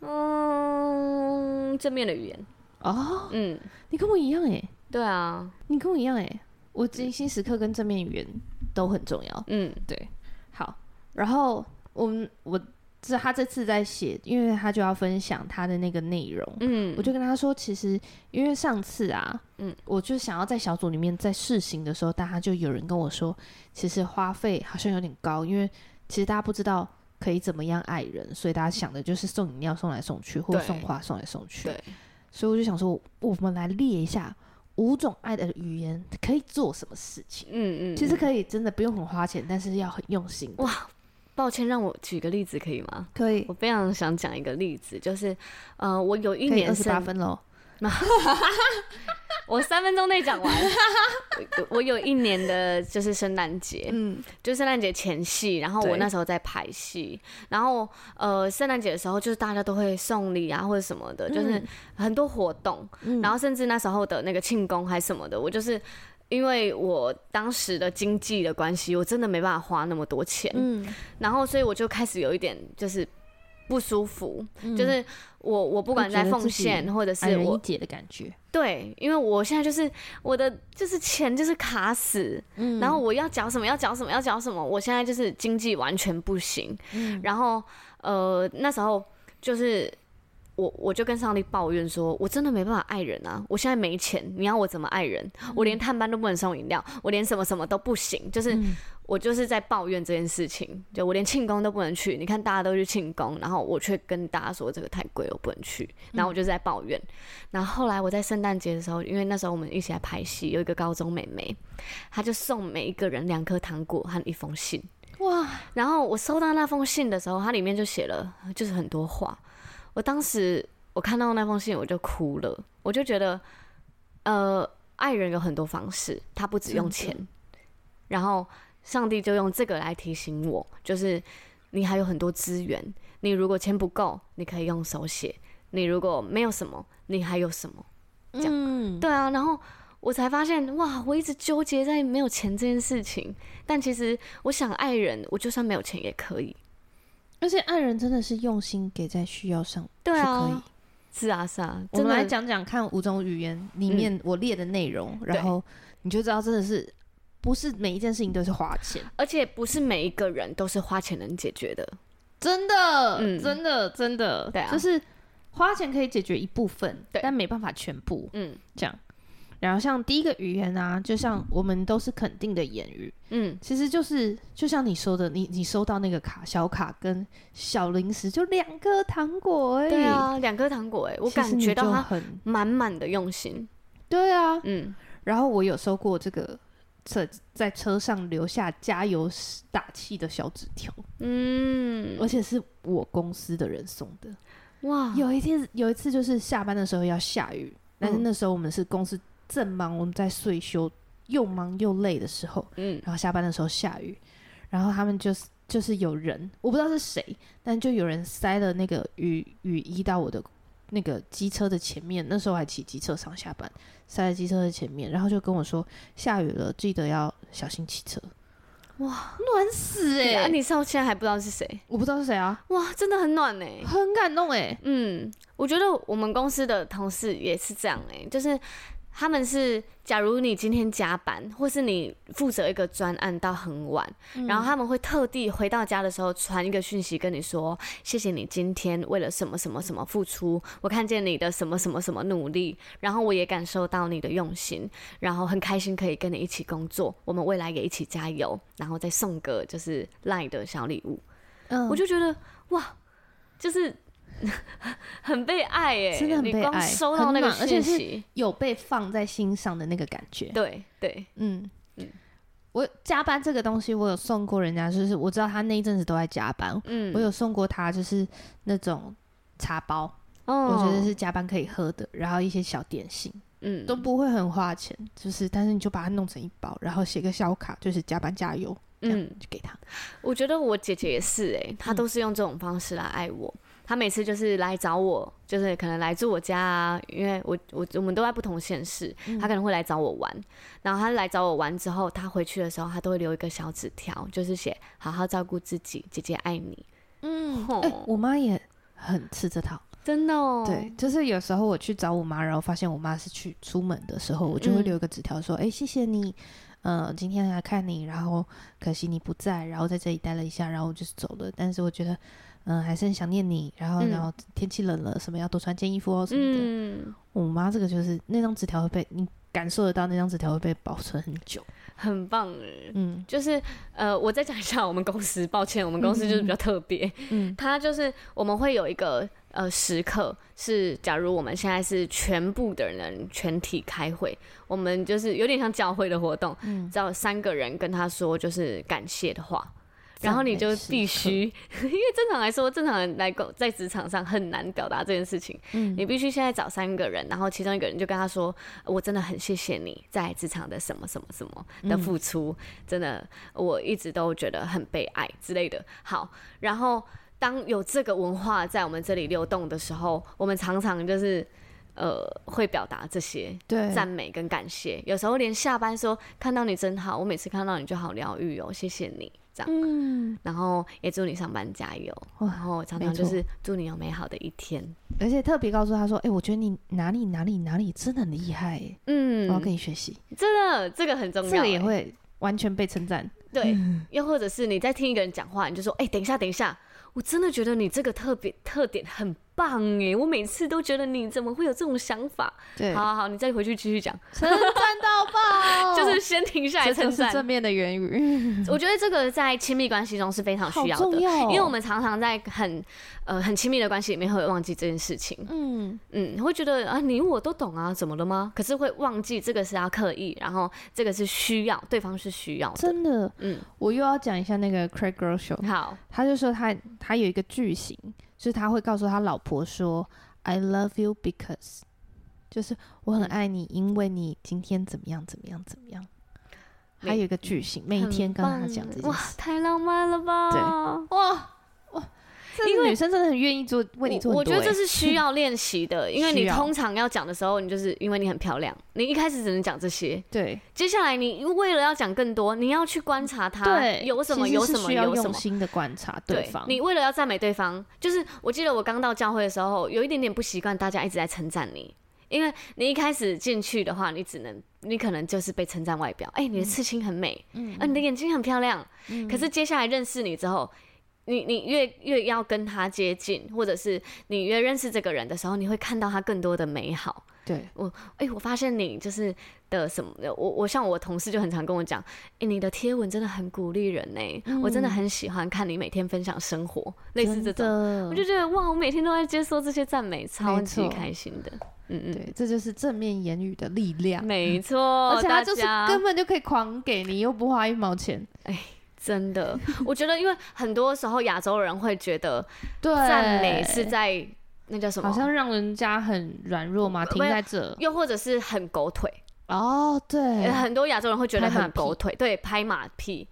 A: 嗯，正面的语言。
B: 哦，
A: 嗯，
B: 你跟我一样哎，
A: 对啊，
B: 你跟我一样哎，我精心时刻跟正面语言都很重要。
A: 嗯
B: 对，好，然后我们我这他这次在写，因为他就要分享他的那个内容，
A: 嗯
B: 我就跟他说，其实因为上次啊，
A: 嗯
B: 嗯，我就想要在小组里面在试行的时候，大家就有人跟我说，其实花费好像有点高，因为其实大家不知道可以怎么样爱人，所以大家想的就是送饮料送来送去，或
A: 对
B: 送花送来送去。
A: 对，
B: 所以我就想说，我们来列一下五种爱的语言可以做什么事情。
A: 嗯嗯。
B: 其实可以真的不用很花钱，但是要很用心。哇，
A: 抱歉，让我举个例子可以吗？
B: 可以
A: 我，非常想讲一个例子，就是，呃，我有一
B: 可以
A: 年
B: 二十八
A: 圣
B: 分喽。
A: 我三分钟内讲完。 (laughs) 我我有一年的就是圣诞节，
C: 嗯，
A: 就圣诞节前夕，然后我
C: 对
A: 那时候在排戏，然后呃，圣诞节的时候就是大家都会送礼啊或者什么的，
B: 嗯
A: 就是很多活动，然后甚至那时候的那个庆功还什么的，我就是。因为我当时的经济的关系，我真的没办法花那么多钱，
B: 嗯，
A: 然后所以我就开始有一点就是不舒服，就是我我不管
B: 嗯就觉
A: 在
B: 得
A: 奉
B: 自己
A: 献或者是
B: 矮人
A: 我
B: 哎一截的感觉。
A: 对，因为我现在就是我的就是钱就是卡死，
B: 嗯
A: 然后我要缴什么要缴什么要缴什么，我现在就是经济完全不行，
B: 嗯
A: 然后呃那时候就是我我就跟上帝抱怨说，我真的没办法爱人啊，我现在没钱，你要我怎么爱人？我连探班都不能送饮料，我连什么什么都不行，就是
B: 嗯
A: 我就是在抱怨这件事情，就我连庆功都不能去。你看大家都去庆功，然后我却跟大家说这个太贵了，我不能去。然
B: 嗯
A: 后我就在抱怨。然后后来我在圣诞节的时候，因为那时候我们一起来拍戏，有一个高中妹妹，她就送每一个人两颗糖果和一封信。
B: 哇，
A: 然后我收到那封信的时候，它里面就写了就是很多话。我当时我看到那封信我就哭了，我就觉得，呃，爱人有很多方式，他不只用钱，然后上帝就用这个来提醒我，就是你还有很多资源，你如果钱不够，你可以用手写；你如果没有什么，你还有什么？这样
B: 嗯，
A: 对啊，然后我才发现，哇，我一直纠结在没有钱这件事情。但其实我想爱人，我就算没有钱也可以。
B: 而且爱人真的是用心给在需要上，
A: 对
B: 是可
A: 啊
B: 以，
A: 是啊，是啊，
B: 我
A: 真
B: 们
A: 的
B: 来讲讲看五种语言里面我列的内容，然后你就知道真的是不是每一件事情都是花钱，
A: 而且不是每一个人都是花钱能解决的。
B: 真的，
A: 嗯
B: 真的，真的，
A: 对啊
B: 就是花钱可以解决一部分，
A: 对
B: 但没办法全部
A: 嗯
B: 这样。然后像第一个语言啊，就像我们都是肯定的言语，
A: 嗯，
B: 其实就是就像你说的，你你收到那个卡小卡跟小零食，就两颗糖果而已，
A: 对啊，两颗糖果哎、我
B: 其实
A: 感
B: 你
A: 觉到
B: 就
A: 他
B: 很
A: 满满的用心。
B: 对啊，
A: 嗯，
B: 然后我有收过这个车在车上留下加油时打气的小纸条，
A: 嗯，
B: 而且是我公司的人送的。
A: 哇，
B: 有一天有一次就是下班的时候要下雨，但是
A: 嗯
B: 那时候我们是公司正忙，我们在睡休，又忙又累的时候，
A: 嗯
B: 然后下班的时候下雨，然后他们就是。就是有人，我不知道是谁，但就有人塞了那个雨雨衣到我的那个机车的前面。那时候还骑机车上下班，塞在机车的前面，然后就跟我说下雨了，记得要小心骑车。
A: 哇，
B: 暖死哎、
A: 对啊，你到现在还不知道是谁？
B: 我不知道是谁啊，
A: 哇，真的很暖哎、
B: 很感动哎、
A: 嗯，我觉得我们公司的同事也是这样哎、就是他们是，假如你今天加班，或是你负责一个专案到很晚，然后他们会特地回到家的时候传一个讯息跟你说，谢谢你今天为了什么什么什么付出，我看见你的什么什么什么努力，然后我也感受到你的用心，然后很开心可以跟你一起工作，我们未来也一起加油，然后再送个就是赖的小礼物，
B: 嗯
A: 我就觉得哇，就是 (laughs) 很被爱哎、
B: 真的很
A: 你
B: 被
A: 光
B: 爱
A: 收
B: 很
A: 到那个
B: 暖而且
A: 讯
B: 是
A: 息，
B: 有被放在心上的那个感觉。
A: 对对，
B: 嗯我加班这个东西，我有送过人家，就是我知道他那一阵子都在加班，
A: 嗯，
B: 我有送过他就是那种茶包，
A: 哦
B: 我觉得是加班可以喝的，然后一些小点心
A: 嗯
B: 都不会很花钱，就是但是你就把它弄成一包，然后写个小卡，就是加班加油，嗯
A: 嗯，
B: 就给他。
A: 我觉得我姐姐也是
B: 嗯
A: 哎、她都是用这种方式来爱我。她每次就是来找我，就是可能来住我家啊，因为我我我们都在不同县市，
B: 嗯
A: 她可能会来找我玩。然后她来找我玩之后，她回去的时候，她都会留一个小纸条，就是写“好好照顾自己，姐姐爱你哦
B: 嗯
A: 吼
B: 哎、我妈也很吃这套。”。
A: 真的哦，
B: 对，，就是有时候我去找我妈，然后发现我妈是去出门的时候，我就会
A: 嗯
B: 留一个纸条说：“哎、谢谢你，呃，今天来看你，然后可惜你不在，然后在这里待了一下，然后我就是走了。但是我觉得，嗯、还是很想念你。然后，
A: 嗯
B: 然后天气冷了，什么要多穿件衣服哦什么的。
A: 嗯，
B: 我妈这个就是那张纸条会被你感受得到，那张纸条会被保存很久。
A: 很棒哎。
B: 嗯
A: 就是呃，我再讲一下我们公司，抱歉，我们公司就是比较特别，
B: 嗯
A: (laughs) 它就是我们会有一个呃时刻是，假如我们现在是全部的人全体开会，我们就是有点像教会的活动，
B: 嗯，
A: 只要有三个人跟他说就是感谢的话。然后你就必须，因为正常来说，正常人来工在职场上很难表达这件事情。
B: 嗯
A: 你必须现在找三个人，然后其中一个人就跟他说：“我真的很谢谢你在职场的什么什么什么的付出，真的我一直都觉得很被爱之类的。”好，然后当有这个文化在我们这里流动的时候，我们常常就是呃会表达这些，
B: 对，
A: 赞美跟感谢，有时候连下班说看到你真好，我每次看到你就好疗愈哦，谢谢你这样，
B: 嗯，
A: 然后也祝你上班加油，
B: 哇
A: 然后常常
B: 没错
A: 就是祝你有美好的一天，
B: 而且特别告诉她说：“哎、我觉得你哪里哪里哪里真的很厉害、耶我要
A: 嗯，
B: 跟你学习。”
A: 真的这个很重要欸，
B: 这个也会完全被称赞。
A: 对，又或者是你在听一个人讲话，你就说，哎、等一下，等一下，我真的觉得你这个特别特点很棒哎，我每次都觉得你怎么会有这种想法，
B: 对
A: 好好好，你再回去继续讲，
B: 称赞到爆
A: (laughs) 就是先停下来
B: 这
A: 称
B: 就是正
A: 赞，
B: 面的言语，
A: 我觉得这个在亲密关系中是非常啊需要的，
B: 要
A: 因为我们常常在很呃很亲密的关系里面会忘记这件事情，
B: 嗯
A: 嗯，会觉得啊你我都懂啊，怎么了吗？可是会忘记这个是要刻意，然后这个是需要，对方是需要的，
B: 真的，
A: 嗯，
B: 我又要讲一下那个 Craig Girl Show，
A: 好，
B: 他就说他他有一个句型，就是他会告诉他老婆说 “I love you because”，就是我很爱你，因为你今天怎么样怎么样怎么样。
A: 每
B: 还有一个句型，每一天跟他讲这
A: 很
B: 件
A: 棒哇
B: 事，，
A: 太浪漫了吧？
B: 对哇哇，
A: 因
B: 这个女生真的很愿意做为你做
A: 我
B: 很
A: 我
B: 多
A: 觉得
B: 欸，
A: 这是需 (laughs) 要练习的，因为你
B: 需要
A: 通常要讲的时候，你就是因为你很漂亮，你一开始只能讲这些，
B: 对
A: 接下来你为了要讲更多，你要去观察他
B: 对，
A: 啊有什么
B: 其实
A: 有
B: 是
A: 什么
B: 需要
A: 有什
B: 用
A: 么，
B: 心的观察对方。
A: 你为了要赞美对方，就是我记得我刚到教会的时候，有一点点不习惯大家一直在称赞你，因为你一开始进去的话，你只能你可能就是被称赞外表，哎、你的刺青很美，嗯，啊，你的眼睛很漂亮，
B: 嗯
A: 可是接下来认识你之后。你你越越要跟他接近，或者是你越认识这个人的时候，你会看到他更多的美好。
B: 对，
A: 哎、我发现你就是的什么，我我像我同事就很常跟我讲，哎、你的贴文真的很鼓励人呢、我真的
B: 嗯
A: 很喜欢看你每天分享生活，类似这种，
B: 种
A: 我就觉得哇，我每天都在接受这些赞美，超级
B: 错
A: 开心的，嗯
B: 对，这就是正面言语的力量
A: 嗯，。没错，
B: 而且他
A: 大
B: 就是
A: 家
B: 根本就可以狂给你，又不花一毛钱。
A: 真的，我觉得因为很多时候亚洲人会觉得
B: (laughs) 对，
A: 赞美是在那叫什么，
B: 好像让人家很软弱嘛，停在这。
A: 又或者是很狗腿，
B: 哦，对
A: 呃，很多亚洲人会觉得
B: 拍马
A: 很狗
B: 屁
A: 腿，对，拍马屁，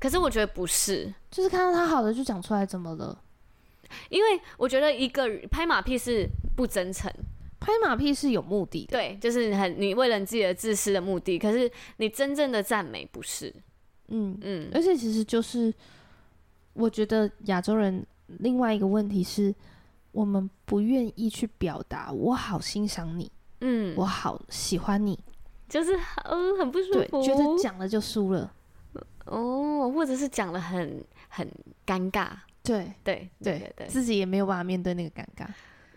A: 可是我觉得不是，
B: 就是看到他好的就讲出来，怎么了？
A: 因为我觉得一个人拍马屁是不真诚，
B: 拍马屁是有目的的。
A: 对，就是很你为了你自己的自私的目的，可是你真正的赞美不是，
B: 嗯，
A: 嗯，
B: 而且其实就是，我觉得亚洲人另外一个问题是，我们不愿意去表达我好欣赏你，
A: 嗯，
B: 我好喜欢你，
A: 就是嗯很不舒
B: 对，
A: 服，
B: 觉得讲了就输了。
A: 哦，或者是讲了很很尴尬，
B: 对
A: 对
B: 对
A: 对，
B: 自己也没有办法面对那个尴尬，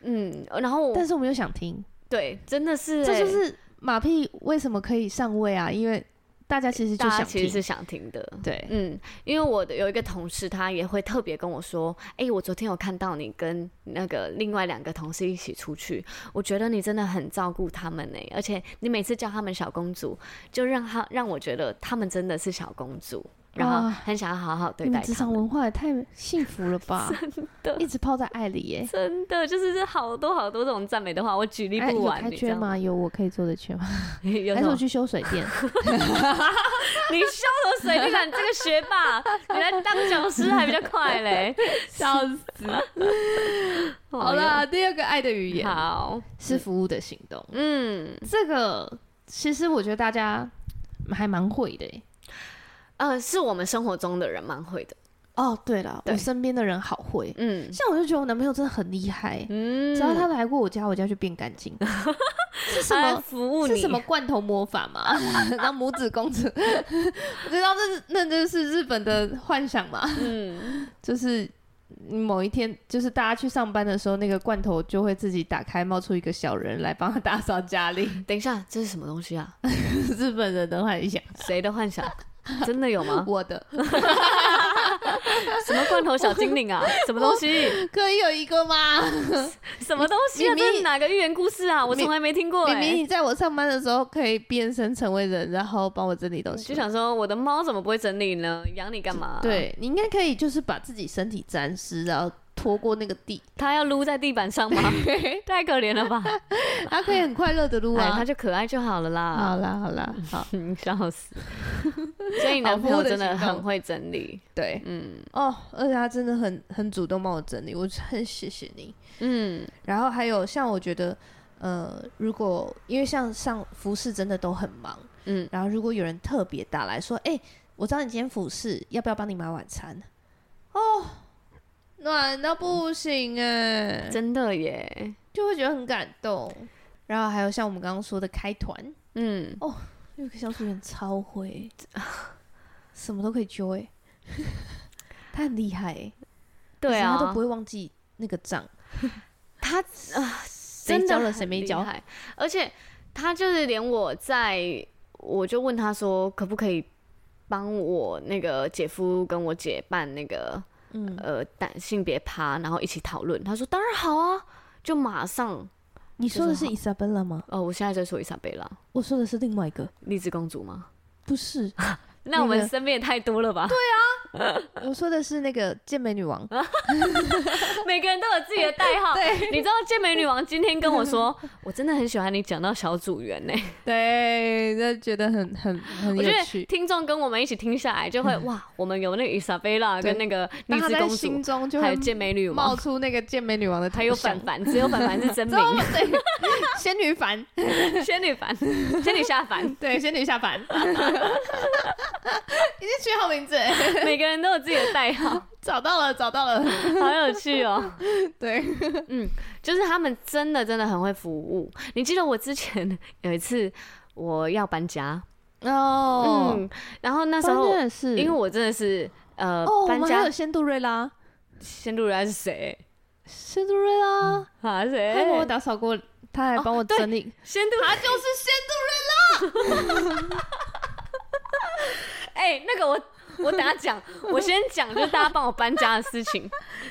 A: 嗯，然后
B: 但是我们又想听，
A: 对，真的是欸，
B: 这就是马屁为什么可以上位啊？因为大家其实就
A: 大家
B: 想
A: 其实
B: 听，
A: 是想听的，
B: 对，
A: 嗯，因为我的有一个同事，他也会特别跟我说：“哎、我昨天有看到你跟那个另外两个同事一起出去，我觉得你真的很照顾他们呢、而且你每次叫他们小公主，就让他让我觉得他们真的是小公主。然后
B: 哇
A: 很想要好好对
B: 你
A: 待
B: 们职
A: 他
B: 场
A: 们。
B: 文化也太幸福了
A: (laughs)
B: 吧！真
A: 的
B: 一直泡在爱里耶。
A: 真的就是这好多好多这种赞美的话，我举例
B: 哎
A: 不
B: 有
A: 完。
B: 开
A: 你知
B: 缺
A: 道吗？
B: 吗？有我可以做的缺吗？
A: (laughs) 有
B: 还
A: 什
B: 是我
A: 么？
B: 去修水
A: (laughs)
B: 电？
A: 你修了水电感，你这个学霸，你来当讲师还比较快嘞。
B: 笑死！ (laughs) 好啦，第二个爱的语言
A: 哦好，
B: 是服务的行动。
A: 嗯，
B: 这个其实我觉得大家还蛮会的耶。
A: 呃，是我们生活中的人蛮会的，
B: 哦，对了，
A: 对
B: 我身边的人好会，
A: 嗯
B: 像我就觉得我男朋友真的很厉害。
A: 嗯，
B: 只要他来过我家，我家就变干 (laughs) 净。是什
A: 他来
B: 么？
A: 服务
B: 是
A: 你
B: 什么？罐头魔法 (laughs) 吗？然后拇指公主， (laughs) 我知道那是那就是日本的幻想嘛，
A: 嗯，
B: 就是某一天，就是大家去上班的时候，那个罐头就会自己打开，冒出一个小人来帮他打扫家 (laughs) 里。
A: 等一下，这是什么东西啊？
B: 日本人的幻想，
A: 谁的幻想？真的有吗？
B: 我的
A: 什么罐头小精灵啊？什么东西？
B: 可以有一个吗？
A: 什么东西啊？
B: 明明
A: 这是哪个寓言故事啊？我从来没听过
B: 明明
A: 哎。
B: 你在我上班的时候可以变身成为人，然后帮我整理东西
A: 就。想说，我的猫怎么不会整理呢？养你干嘛？，
B: 对你应该可以，就是把自己身体沾湿，然后拖过那个地，
A: 它要撸在地板上吗？太可怜了吧！
B: (laughs) 他可以很快乐的撸
A: 哎，
B: 啊
A: 它。就可爱就好了啦。
B: 好啦好啦好，
A: 嗯，笑死。所以你男朋友真的很会整理。
B: 对，
A: 嗯
B: 哦，而且他真的很很主动帮我整理，我很谢谢你。
A: 嗯
B: 然后还有像我觉得，呃，如果因为像上服饰真的都很忙，
A: 嗯，
B: 然后如果有人特别打来说，哎、我知道你今天服饰，要不要帮你买晚餐？哦，暖到不行哎、
A: 真的耶。
B: 就会觉得很感动。然后还有像我们刚刚说的开团，
A: 嗯，
B: 有个小组员超会，什么都可以揪哎、他很厉害哎、
A: 对
B: 而
A: 啊，
B: 且他都不会忘记那个 (laughs) 账，啊
A: 他
B: 谁
A: 真的
B: 交了
A: 很
B: 谁没
A: 厉
B: 交，
A: 害，而且他就是连我在，我就问他说可不可以帮我那个姐夫跟我姐办那个
B: 嗯，
A: 呃胆性别趴，然后一起讨论。他说当然好啊，就马上。
B: 你说的
A: 就
B: 是
A: 是好
B: 伊莎贝拉吗？
A: 哦，我现在在说伊莎贝拉，
B: 我说的是另外一个，
A: 荔枝公主吗？
B: 不是，
A: 那我
B: 那
A: 们
B: 个
A: 身边也太多了吧？
B: 我说的是那个健美女 (laughs) 王。
A: 每个人都有自己的代 (laughs) 号。
B: 对
A: 你知道健美女王今天跟我 (laughs) 说，我真的很喜欢你讲到小组员呢、
B: 对，那觉得很很很
A: 我觉得。听众跟我们一起听下来，就
B: (laughs)
A: 会哇，我们有那个伊莎贝拉
B: 对
A: 跟那个
B: 当
A: 荔
B: 他
A: 枝
B: 在
A: 公主
B: 心，中就
A: 还有
B: 会
A: 健美女
B: 冒
A: 王，
B: 出那个健美女王的头像，
A: 还有凡凡，只有凡凡是真
B: (laughs) 知道吗，
A: 名，
B: 对，仙女凡，
A: 仙女凡，仙女下
B: (laughs)
A: 凡，
B: 对，仙女下凡，已经取好名字，
A: 每个人都有自己的代号，
B: 找到了，找到了，
A: 好有趣哦。
B: (laughs)
A: 嗯
B: 对，
A: 就是他们真的真的很会服务。你记得我之前有一次我要搬家，
B: 哦，
A: 嗯，然后那时候
B: 真的是，
A: 因为我真的是呃
B: 哦，我
A: 搬
B: 们还
A: 家
B: 有，仙杜瑞拉，
A: 仙路人是谁
B: 仙杜瑞拉，
A: 啊？
B: 他帮我
A: 谁？
B: 打扫过，他还帮我整理，
A: 仙路
B: 他就是仙 (laughs)
A: 哎、那个我我等下
B: (laughs)
A: 讲，我先讲就是大家帮我搬家的事情，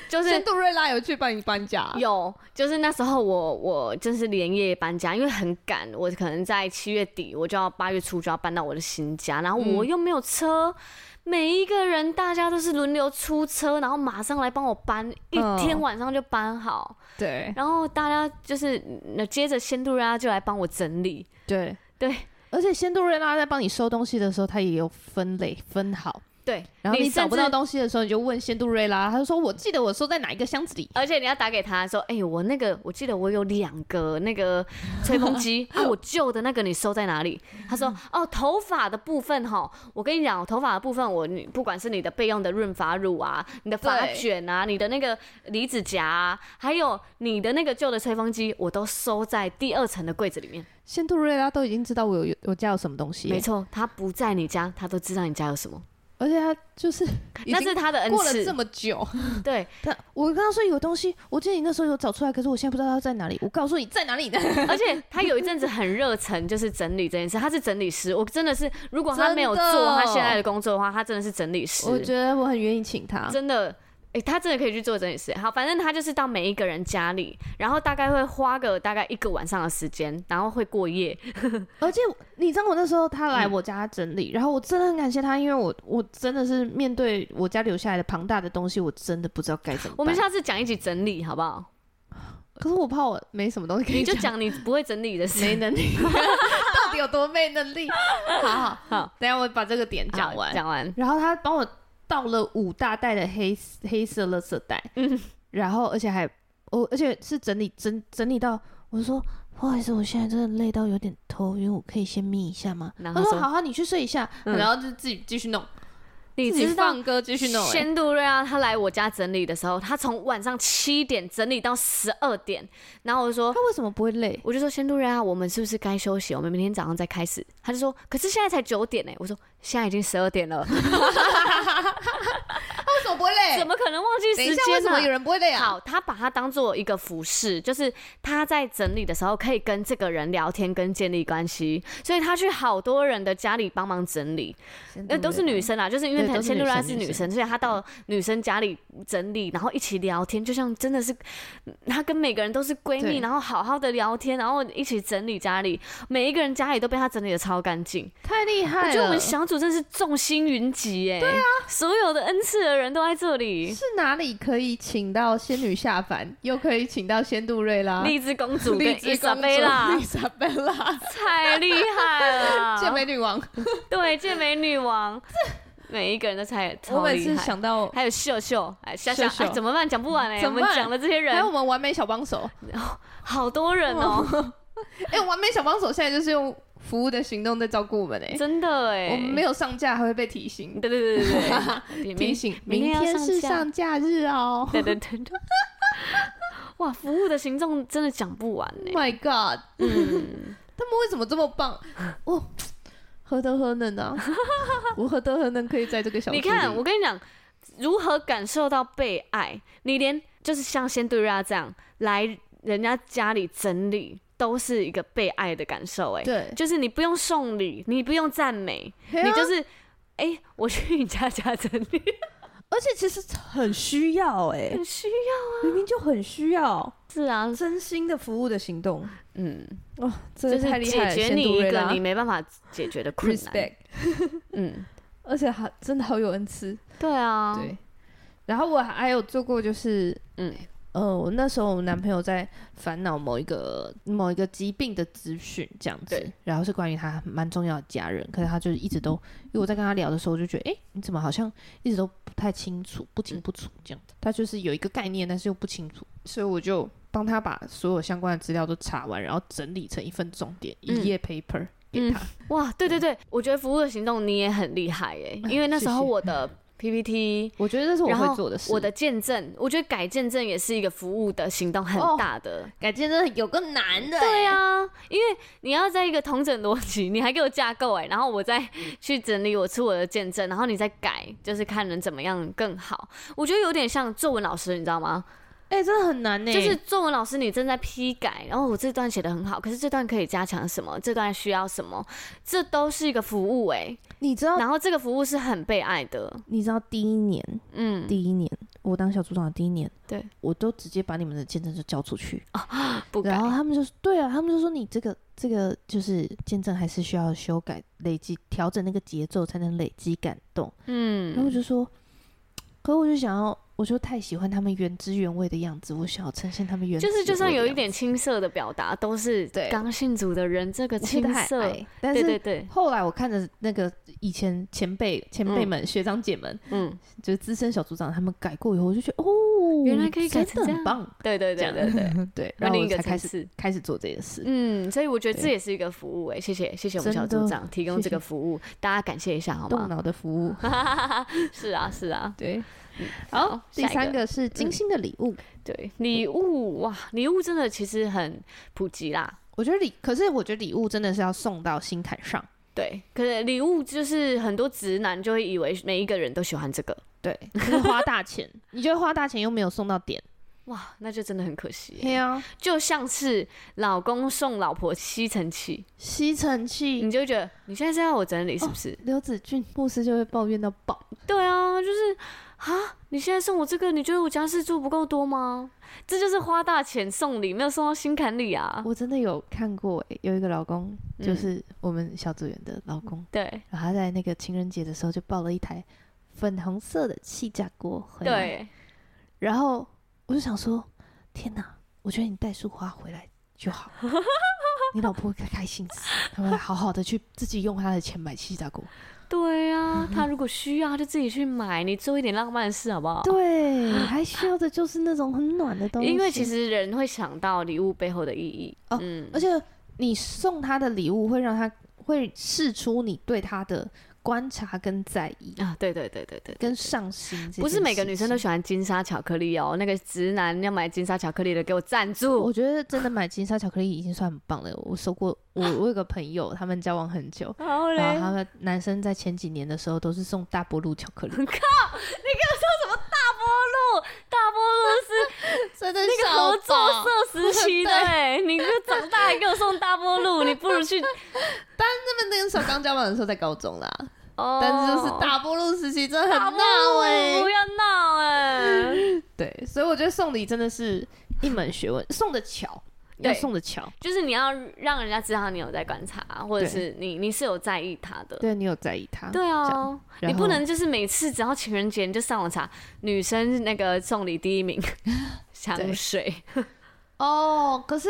A: 就是
B: 仙杜瑞拉有去帮你搬家，
A: 有，就是那时候我我就是连夜搬家，因为很赶，我可能在七月底，我就要八月初就要搬到我的新家，然后我又没有车，每一个人大家都是轮流出车，然后马上来帮我搬，一
B: 嗯
A: 天晚上就搬好，
B: 对
A: 然后大家就是那接着仙杜拉就来帮我整理，
B: 对
A: 对。
B: 而且仙杜瑞拉在帮你收东西的时候，他也有分类分好，
A: 对，
B: 然后你找
A: 甚
B: 不
A: 至
B: 到东西的时候，你就问仙杜瑞拉，他就说：“我记得我收在哪一个箱子里。
A: 而且你要打给他说，哎、我那个我记得我有两个那个吹风
B: (laughs)
A: 机啊，我旧的那个你收在哪里？他
B: 嗯
A: 说，哦，头发的部分哈，我跟你讲，哦头发的部分我你不管是你的备用的润发乳啊，你的发
B: 对
A: 卷啊，你的那个离子夹啊，还有你的那个旧的吹风机，我都收在第二层的柜子里面。”
B: 仙杜瑞拉都已经知道我有我家有什么东西，
A: 没，错，他不在你家，他都知道你家有什么，
B: 而且他就是已
A: 那
B: 经
A: 是他的恩
B: 过了这
A: 赐。
B: 么 (laughs) 久，
A: 对，
B: 他我跟他说有东西，我记得你那时候有找出来，可是我现在不知道它在哪里。我告诉你在哪里 (laughs) 呢？
A: (laughs) 而且他有一阵子很热忱，就是整理这件事。他是整理师，我真的是，如果他没有
B: 真
A: 做
B: 的
A: 他现在的工作的话，他真的是整理师。
B: 我觉得我很愿意请他，
A: 真的，诶、他真的可以去做整理师。好，反正他就是到每一个人家里，然后大概会花个大概一个晚上的时间，然后会过夜。
B: 而且你知道我那时候他来
A: 嗯
B: 我家整理，然后我真的很感谢他，因为我我真的是面对我家留下来的庞大的东西，我真的不知道该怎么办。
A: 我们下次讲一集整理好不好？
B: 可是我怕我没什么东西可以
A: 你就讲你不会整理的事
B: 没，能力， (laughs) 到底有多没能力？好好
A: 好，
B: 等一下我把这个点讲
A: 好
B: 完。
A: 讲完。
B: 然后他帮我倒了五大袋的黑黑色垃圾袋，
A: 嗯
B: 然后而且还我而且是整理整整理到我说不好意思，我现在真的累到有点头晕，我可以先眯一下吗？
A: 然后
B: 他说
A: 说
B: 好啊好，你去睡一下，
A: 嗯
B: 然后就自己继续弄，
A: 你
B: 自己
A: 知道
B: 放歌继续弄、欸。
A: 仙杜瑞啊，他来我家整理的时候，他从晚上七点整理到十二点，然后我就说
B: 他。为什么不会累？
A: 我就说仙杜瑞啊，我们是不是该休息？我们明天早上再开始。他就说，可是现在才九点呢、欸我说现在已经十二点了，
B: 为什么不啊会累
A: 怎么可能忘记时间呢、
B: 人不会累？
A: 好，他把它当做一个服饰，就是他在整理的时候可以跟这个人聊天，跟建立关系，所以他去好多人的家里帮忙整理，那都是女生啊，就是因为
B: 对
A: 她
B: 都是
A: 仙
B: 呃女
A: 杜拉
B: 生
A: 是女
B: 女生
A: 生，所以她到女生家里整理，然后一起聊天，就像真的是她跟每个人都是闺蜜，
B: 对
A: 然后好好的聊天，然后一起整理家里，每一个人家里都被她整理的超干净。
B: 太厉害
A: 我
B: 了！
A: 觉得我们小组真是众星云集哎，对啊，所有的恩赐的人都在这里，
B: 是哪里可以请到仙女下凡，又可以请到仙杜瑞拉、
A: 荔枝公主跟
B: 啊 (laughs) 荔枝
A: 伊莎
B: 公主
A: 贝拉
B: (laughs) 伊，莎贝拉、 (laughs)
A: 太厉害了，
B: 健美女王。
A: 对健美女
B: (laughs)
A: 王，每一个人都才
C: 我
A: 超
C: 每
A: 厉
C: 次
A: 害。
C: 想到，
A: 还有秀秀，哎，想想
B: 秀
A: 哎，
B: 秀
A: 怎么办？讲不完哎、我
B: 怎么
A: 们
B: 办
A: 讲的这些
B: 还
A: 人
B: 有我，们完美小
A: (laughs)
B: 帮手，
A: 好多人哦、
B: 哎、完美小帮手现在就是用服务的行动在照顾我们哎、
A: (laughs) 真的哎、
B: 我们没有上架还会被提醒，
A: 对，对对对
B: (laughs)
A: 对对，
B: 提醒
A: 明天要
B: 天是
A: 上架
B: 上架日哦。
A: 对对对对。 (laughs) 哇，服务的行动真的讲不完
B: Oh
A: 呢、
B: My God，
A: 嗯，
B: 他们为什么这么棒？哦，何德何
A: (laughs)
B: 能啊！我何德何能可以在这 (laughs) 个小
A: 你
B: 组
A: 看，
B: 里
A: 我跟你讲，如何感受到被爱？你连就是像仙杜拉这样来人家家里整理，都是一个被爱的感受哎、
B: 对，啊
A: 就是你不用送礼，你不用赞美，你就是哎、我去你家家整理，
C: 而且其实很需要哎、
A: 很需
C: 明明就很需要
A: 是啊，
C: 真心的服务的行动，
A: 嗯，
B: 哦
C: 哇、真
A: 就
C: 的
A: 是
C: 太厉害
A: 解
C: 了！
A: 决
C: 仙
A: 你
C: 杜
A: 一
C: 瑞
A: 个
C: 拉
A: 你没办法解决的困难。
C: respect，
A: 嗯，
B: 而且还真的好有恩赐。
A: 对啊，
B: 对，然后我还有做过，就是
A: 嗯
B: 呃，我那时候我男朋友在烦恼某一个某一个疾病的资讯这样子
A: 对，
B: 然后是关于他蛮重要的家人，可是他就是一直都，因为我在跟他聊的时候，我就觉得，哎、你怎么好像一直都不太清楚，不清不楚这样子，他就是有一个概念，但是又不清楚，所以我就帮他把所有相关的资料都查完，然后整理成一份重点一
A: 嗯
B: 页 paper 给
A: 嗯
B: 他，
A: 哇，对对对，我觉得服务的行动你也很厉害耶，因为那时候
B: 谢谢
A: 我的 PPT。
B: 我觉得这是我
A: 然后
B: 会做的事，
A: 我的见证，我觉得改见证也是一个服务的行动很
B: 哦
A: 大的。
B: 改建真的有个难的、
A: 对啊，因为你要在一个同整逻辑，你还给我架构哎、然后我再去整理我出我的见证，然后你再改，就是看能怎么样更好。我觉得有点像作文老师，你知道吗？
B: 哎、真的很难呢、
A: 就是作文老师你正在批改，然后我这段写的很好，可是这段可以加强什么？这段需要什么？这都是一个服务哎、
B: 你知道，
A: 然后这个服务是很被爱的，
B: 你知道第一年，
A: 嗯，
B: 第一年我当小组长的第一年，
A: 对
B: 我都直接把你们的见证就交出去，
A: 不改
B: 然，后他们就说，对啊，他们就说你这个这个就是见证还是需要修改、累积、调整那个节奏，才能累积感动。然后我
A: 嗯，
B: 就说，可我就想要，我就太喜欢他们原汁原味的样子，我想要呈现他们原
A: 就
B: 汁原味
A: 是
B: 的
A: 就算有一
B: 样
A: 点
B: 子
A: 青涩的表达，都是
B: 对
A: 刚性组的人这个
B: 我觉得
A: 青
B: 还
A: 涩，
B: 爱，但
A: 对对
B: 是。
A: 对，
B: 后来我看着那个以前前辈前辈
A: 嗯
B: 们、学长姐们，
A: 嗯，
B: 就是资深小组长他们改过以后，我就觉得哦，
A: 原来可以改成
B: 真
A: 这
B: 的
A: 样
B: 很棒，
A: 对对对
B: 这
A: 对对，
B: (laughs) 对，
A: 那
B: 然后
A: 另
B: 我
A: 一个
B: 才
A: 层
B: 开始
A: 次，
B: 开始做这个事。
A: 嗯，所以我觉得这
B: 对
A: 也是一个服务哎、谢谢谢谢我们
B: 真
A: 小
B: 的
A: 组长提供
B: 谢
A: 这个
B: 谢
A: 服务，大家感谢一下好
B: 动
A: 吗？
B: 脑的服务，
A: (laughs) 是啊是啊，
B: 对。
A: 好
B: 嗯好，第
A: 下一
B: 三
A: 个
B: 个嗯是精心的礼物。
A: 对，礼物哇，礼物真的其实很普及啦。
B: 我觉得礼，可是我觉得礼物真的是要送到心坎上。
A: 对，可是礼物就是很多直男就会以为每一个人都喜欢这个，
B: (laughs) 对，就是花大钱，你觉得花大钱又没有送到点，
A: 哇，那就真的很可惜耶。
B: 对啊，
A: 就像是老公送老婆吸尘器，
B: 吸尘器
A: 你，就会
B: 哦
A: 觉得你现在是要我整理是不是？
B: 刘子俊牧师就会抱怨到爆。
A: 对啊，就是啊，你现在送我这个，你觉得我家事做不够多吗？这就是花大钱送礼，没有送到心坎里啊。
B: 我真的有看过、欸，有一个老公，就
A: 嗯
B: 是我们小组员的老公，
A: 对
B: 然后他在那个情人节的时候就抱了一台粉红色的气炸锅回来，
A: 对，
B: 然后我就想说，天哪，我觉得你带束花回来
A: (laughs)
B: 就好，你老婆该开心死，她会好好的去自己用她的钱买气炸锅，
A: 对啊，他如果需要，他就自己去买，你做一点浪漫的事好不好？
B: 对，还需要的就是那种很暖的东西，
A: 因为其实人会想到礼物背后的意义。
B: 哦
A: 嗯
B: 而，且你送他的礼物会让他会试出你对他的观察跟在意，
A: 啊，对对对对对，
B: 跟上心这件事情。
A: 不是每个女生都喜欢金沙巧克力哦。那个直男要买金沙巧克力的，给我赞助。
B: 我觉得
A: (laughs)
B: 真的买金沙巧克力已经算很棒了。我收过，我我有个朋友，他们交往很
A: (laughs)
B: 久，
A: 然后
B: 然后
A: 嘞，
B: 他们男生在前几年的时候都是送大波路巧
A: (laughs)
B: 克力，
A: 大波路，大波路
B: (laughs)
A: 是
B: 真的
A: 那个合作 (laughs) 社时期的
B: 欸
A: 哎、你这长大还给我送大波路，你不如
B: (laughs)
A: 去
B: 他们那个时候刚交往的时候在高中啦，
A: (laughs) 哦。
B: 但是就是大波路时期真的
A: 大
B: 很
A: 波
B: 闹
A: 路
B: 哎、
A: 不要闹哎、
B: 对，所以我觉得送礼真的是一门学问，送的巧，要
A: 对
B: 送的巧，
A: (laughs) 就是你要让人家知道你有在观察，或者是你你是有在意他的。
B: 对你有在意他，
A: 对
B: 这
A: 啊
B: 样，然
A: 你
B: 后
A: 不能就是每次只要情人节你就上网查女生那个送礼第一 (laughs) 名香水，
B: 哦。可是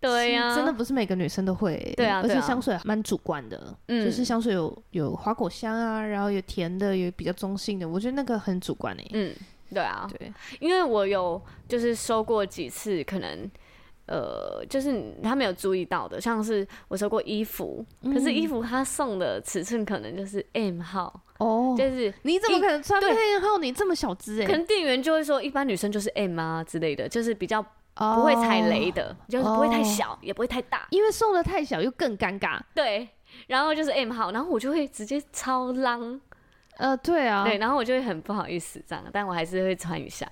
A: 对呀、
B: 真的不是每个女生都会、
A: 对啊
B: 而
A: 对
B: 且
A: 啊
B: 香水蛮主观的，
A: 嗯
B: 就是香水有有花果香啊，然后有甜的，有比较中性的，我觉得那个很主观诶、
A: 嗯，对啊，
B: 对，
A: 因为我有就是收过几次，可能呃，就是他没有注意到的，像是我收过衣服，可是衣服他送的尺寸可能就是 M 号，
B: 哦，
A: 就是
B: 你怎么可能穿
A: 对
B: 配号？你这么小只欸诶、
A: 可能店员就会说一般女生就是 M 啊之类的，就是比较
B: 哦
A: 不会踩雷的，就是不会太
B: 哦
A: 小，也不会太大，
B: 因为送的太小又更尴尬。
A: (laughs) 对。然后就是 M 号，然后我就会直接超浪，
B: 呃，对啊，
A: 对，然后我就会很不好意思这样，但我还是会穿一下。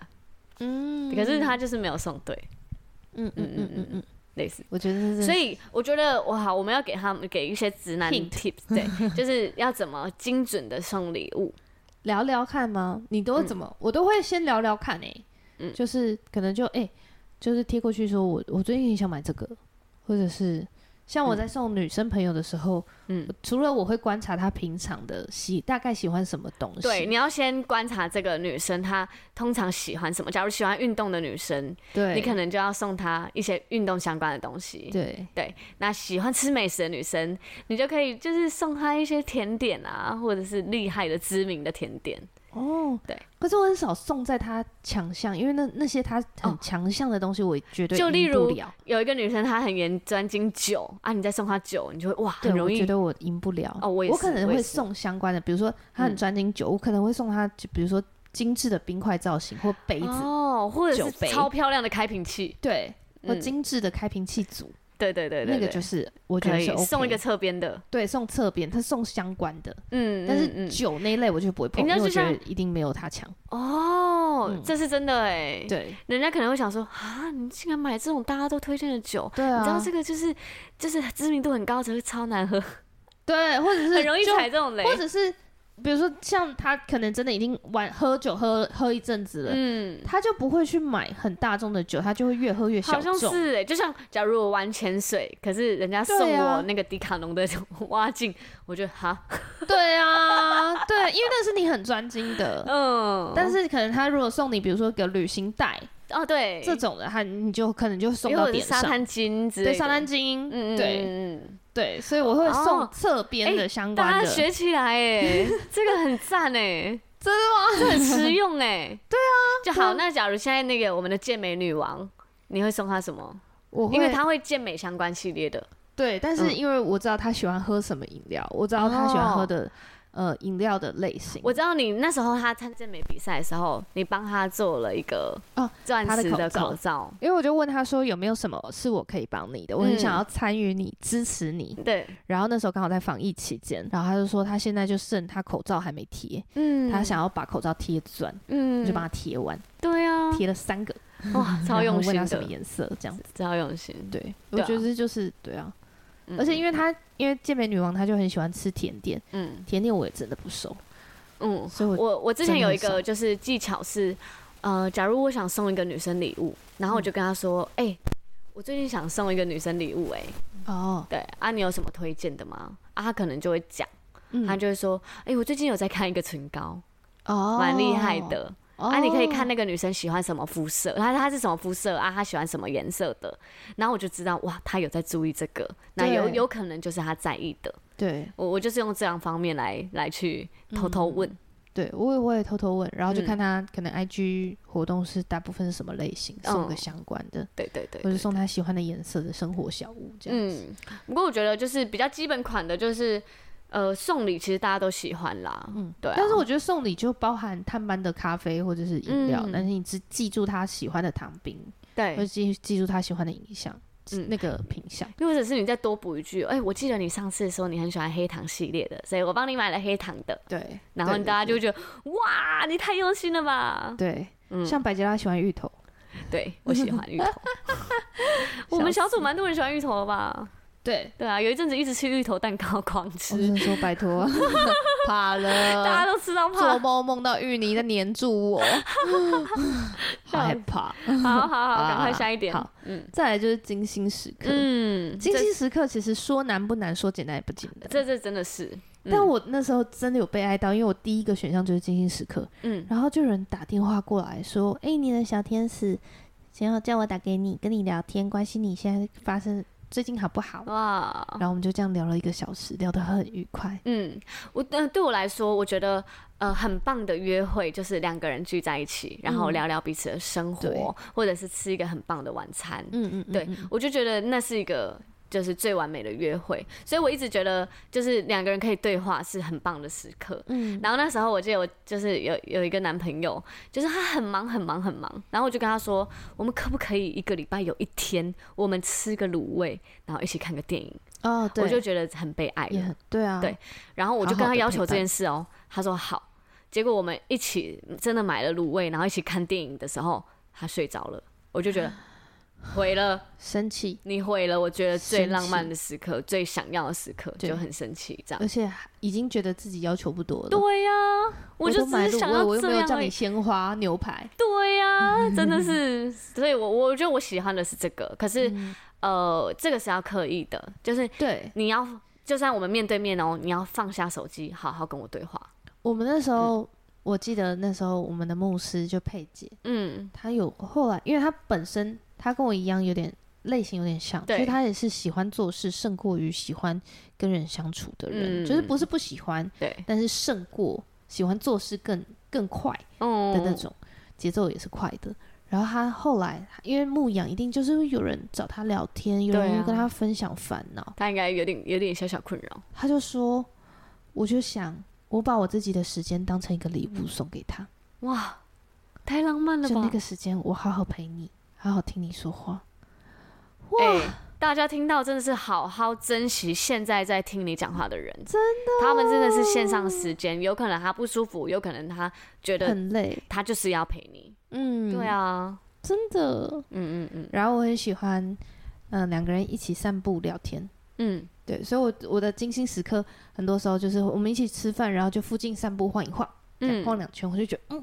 B: 嗯
A: 可是他就是没有送对，
B: 嗯嗯嗯嗯嗯，
A: 类似。
B: 我觉得这是
A: 所以我觉得我好，我们要给他们给一些直男
B: Hint
A: tips，对，
B: (laughs)
A: 就是要怎么精准的送礼物。
B: 聊聊看吗？你都会怎么？我都会先聊聊看诶、
A: 嗯
B: 就是可能就诶、就是贴过去说我我最近也想买这个，或者是像我在送女生朋友的时候，
A: 嗯，
B: 除了我会观察她平常的喜大概喜欢什么东西，
A: 对，你要先观察这个女生她通常喜欢什么。假如喜欢运动的女生，
B: 对，
A: 你可能就要送她一些运动相关的东西。
B: 对
A: 那喜欢吃美食的女生，你就可以就是送她一些甜点啊，或者是厉害的知名的甜点。
B: 哦
A: 对。
B: 可是我很少送在她强项，因为那那些她很强项的东西，我绝对
A: 哦就例
B: 赢不
A: 如
B: 了
A: 有一个女生她很研专精酒啊，你再送她酒，你就会哇，
B: 对
A: 很容
B: 我觉
A: 易
B: 得我赢不了。
A: 哦我也
B: 我
A: 是
B: 可能
A: 我也
B: 会
A: 是
B: 送相关的，比如说他很
A: 嗯
B: 专精酒，我可能会送他，就比如说精致的冰块造型或杯子，
A: 哦，或者
B: 酒
A: 是
B: 杯
A: 超漂亮的开瓶器。
B: 对，或
A: 嗯
B: 精致的开瓶器组，
A: 对对对对，
B: 那个
A: 对
B: 就是我觉
A: 可
B: 得是
A: 以
B: OK
A: 送一个侧边的，
B: 对送侧边，他送相关的，
A: 嗯，嗯
B: 但是
A: 嗯
B: 酒那一类我就不会碰，
A: 人
B: 因
A: 家
B: 为我
A: 就
B: 觉得
A: 像
B: 一定没有他强。
A: 哦
B: 嗯，
A: 这是真的哎，
B: 对
A: 人家可能会想说啊，你竟然买这种大家都推荐的酒。
B: 对
A: 你知道
B: 啊
A: 这，个就是就是知名度很高，只会超难喝，
B: 对，或者是
A: 很容易
B: 就
A: 踩这种雷。
B: 或者是比如说像他可能真的已经玩喝酒喝喝一阵子了。
A: 嗯，
B: 他就不会去买很大众的酒，他就会越喝越小
A: 好
B: 众。
A: 像是哎，就像假如我玩潜水，可是人家送
B: 对啊
A: 我那个迪卡侬的 (laughs) 蛙镜，我觉得哈，
B: 对啊，对，因为那是你很专精的。
A: 嗯，
B: 但是可能他如果送你，比如说个旅行袋
A: 哦对，
B: 这种的，他你就可能就送
A: 因为
B: 到
A: 我是
B: 点
A: 沙
B: 上，
A: 滩巾之类
B: 对
A: 的，
B: 沙滩巾，
A: 嗯，嗯嗯
B: 对
A: 嗯嗯
B: 对，所以我会送
A: 哦
B: 侧边的相
A: 大
B: 关
A: 家
B: 的，
A: 学起来
B: (laughs)
A: 哎，这个很赞哎，真的吗？这很实用
B: (laughs)
A: 哎。对啊，就好。那假如现在那个我们的健美女王，你会送她什么？
B: 我会
A: 因为她会健美相关系列的，
B: 对，但是
A: 嗯
B: 因为我知道他喜欢喝什么饮料，我知道他喜欢喝的呃饮料的类型，
A: 哦我知道你那时候她参健美比赛的时候，你帮她做了一个
B: 哦
A: 钻
B: 她的
A: 石
B: 口
A: 的
B: 罩
A: 口罩，
B: 因为我就问他说有没有什么是我可以帮你的，我很
A: 嗯
B: 想要参与你支持你，
A: 对，
B: 然后那时候刚好在防疫期间，然后他就说他现在就剩他口罩还没贴，
A: 嗯
B: 他，想要把口罩贴钻，
A: 嗯
B: 我就帮他贴完，
A: 对啊，
B: 贴了三个， (laughs)
A: 哇，超
B: 然后
A: 用
B: 问
A: 心
B: 他什么
A: 的，
B: 颜色这样子。
A: 超用心，
B: 对，我
A: 对啊
B: 觉得就是对啊，
A: 嗯
B: 而且因为他因为健美女王，她就很喜欢吃甜点，
A: 嗯，
B: 甜点我也真的不熟，
A: 嗯，
B: 所以我
A: 我我之前有一
B: 真的
A: 个
B: 很
A: 就是技巧是，呃，假如我想送一个女生礼物，然后
B: 嗯
A: 我就跟她说，哎、我最近想送一个女生礼物、哎，
B: 哦，
A: 对啊，你有什么推荐的吗？啊，她可能就会讲，
B: 嗯
A: 她就会说，哎、我最近有在看一个唇膏，
B: 哦，
A: 蛮厉害，的。
B: 哦、
A: 啊，你可以看那个女生喜欢什么肤色，她她是什么肤色啊，她喜欢什么颜色的，然后我就知道哇，她有在注意这个，那有
B: 对
A: 有可能就是她在意的。
B: 对
A: 我我就是用这样方面来来去偷偷
B: 嗯
A: 问，
B: 对，我也我也偷偷问，然后就
A: 嗯
B: 看他可能 IG 活动是大部分是什么类型，送个
A: 嗯
B: 相关的，
A: 对对对
B: 或
A: 对
B: 者送他喜欢的颜色的生活小物这样子。
A: 嗯，不过我觉得就是比较基本款的，就是呃送礼其实大家都喜欢啦，嗯，对、啊。
B: 但是我觉得送礼就包含探班的咖啡或者是饮料，
A: 嗯
B: 但是你只记住他喜欢的糖冰，或者
A: 对，
B: 记记住他喜欢的影像，
A: 嗯
B: 那个品相。
A: 又或者是你再多补一句，哎、我记得你上次说你很喜欢黑糖系列的，所以我帮你买了黑糖的，
B: 对，
A: 然后
B: 对
A: 大家就会觉得哇，你太用心了吧？
B: 对，
A: 嗯
B: 像百吉拉喜欢芋头，
A: 对我喜欢芋头， (laughs) 我们小组蛮多人喜欢芋头的吧？
B: 对，
A: 对啊，有一阵子一直吃芋头蛋糕狂
B: 我
A: 吃，
B: 只能说
A: (laughs)
B: 拜托，怕
A: 大家
B: 了，
A: 都吃到怕
B: 做。梦梦到芋泥在黏住
A: (laughs)
B: 我，好害怕。
A: 好好好，赶快
B: 啊
A: 下一点。
B: 好，
A: 嗯
B: 再来就是精心时刻，
A: 嗯，
B: 精
A: 这
B: 心时刻其实说难不难，说简单也不简单。
A: 这这真的是，嗯
B: 但我那时候真的有被哀到，因为我第一个选项就是精心时刻，
A: 嗯
B: 然后就有人打电话过来说：“哎、你的小天使，想要叫我打给你，跟你聊天，关心你现在发生最近好不好
A: 哦哇，？”
B: 然后我们就这样聊了一个小时，聊得很愉快。
A: 嗯，我呃对我来说，我觉得呃很棒的约会就是两个人聚在一起，然后
B: 嗯
A: 聊聊彼此的生
B: 对
A: 活，或者是吃一个很棒的晚餐。
B: 嗯嗯
A: 对，我就觉得那是一个就是最完美的约会，所以我一直觉得就是两个人可以对话是很棒的时刻。
B: 嗯，
A: 然后那时候我记得我就是有有一个男朋友，就是他很忙很忙很忙，然后我就跟他说，我们可不可以一个礼拜有一天我们吃个卤味，然后一起看个电影？
B: 哦，对，
A: 我就觉得很被爱了
B: 也。很对啊，
A: 对然后我就
B: 好好
A: 跟他
B: 地
A: 要
B: 陪
A: 求这
B: 伴
A: 件事哦、他说好。结果我们一起真的买了卤味，然后一起看电影的时候，他睡着了，我就觉
B: (laughs)
A: 得毁了，
B: 生气，
A: 你毁了，我觉得最
B: 生气
A: 浪漫的时刻，最想要的时刻，
B: 对呃
A: 就很生气这样
B: 而。且还已经觉得自己要求不多了。
A: 对呀、
B: 我
A: 就
B: 都买
A: 只是
B: 卤
A: 想
B: 味，
A: 要
B: 我又
A: 这
B: 没有
A: 样
B: 叫
A: 而
B: 你
A: 已。
B: 鲜花牛排，
A: 对呀、 (laughs) 真的是，所以我我觉得我喜欢的是这个，可是、呃，这个是要刻意的，就是
B: 对
A: 你要，就算我们面对面哦、你要放下手机，好好跟我对话。
B: 我们那时
A: 嗯
B: 候，我记得那时候我们的牧师就佩姐，
A: 嗯，
B: 她有后来，因为她本身她跟我一样有点类型有点像，
A: 对
B: 所以她也是喜欢做事胜过于喜欢跟人相处的
A: 嗯
B: 人，就是不是不喜欢，
A: 对，
B: 但是胜过喜欢做事更更快
A: 嗯
B: 的那种，节奏也是快的。然后她后来，因为牧养一定就是会有人找她聊天，有
A: 对
B: 人
A: 啊
B: 会跟她分享烦恼，
A: 他应该有点有点小小困扰。
B: 他就说，我就想，我把我自己的时间当成一个礼
A: 嗯
B: 物送给他，
A: 哇，太浪漫了
B: 就
A: 吧！
B: 那个时间，我好好陪你，好好听你说话。哇，
A: 哎、大家听到真的是好好珍惜现在在听你讲话的人，真的，哦他们真的是线上时间，有可能他不舒服，有可能他觉得
B: 很累，
A: 他就是要陪你。
B: 嗯，
A: 对，啊，
B: 真的。
A: 嗯嗯嗯
B: 然后我很喜欢，嗯、两个人一起散步聊天。
A: 嗯，
B: 对，所以我我的精心时刻，很多时候就是我们一起吃饭，然后就附近散步晃一晃，这样
A: 嗯
B: 晃两圈，我就觉得嗯，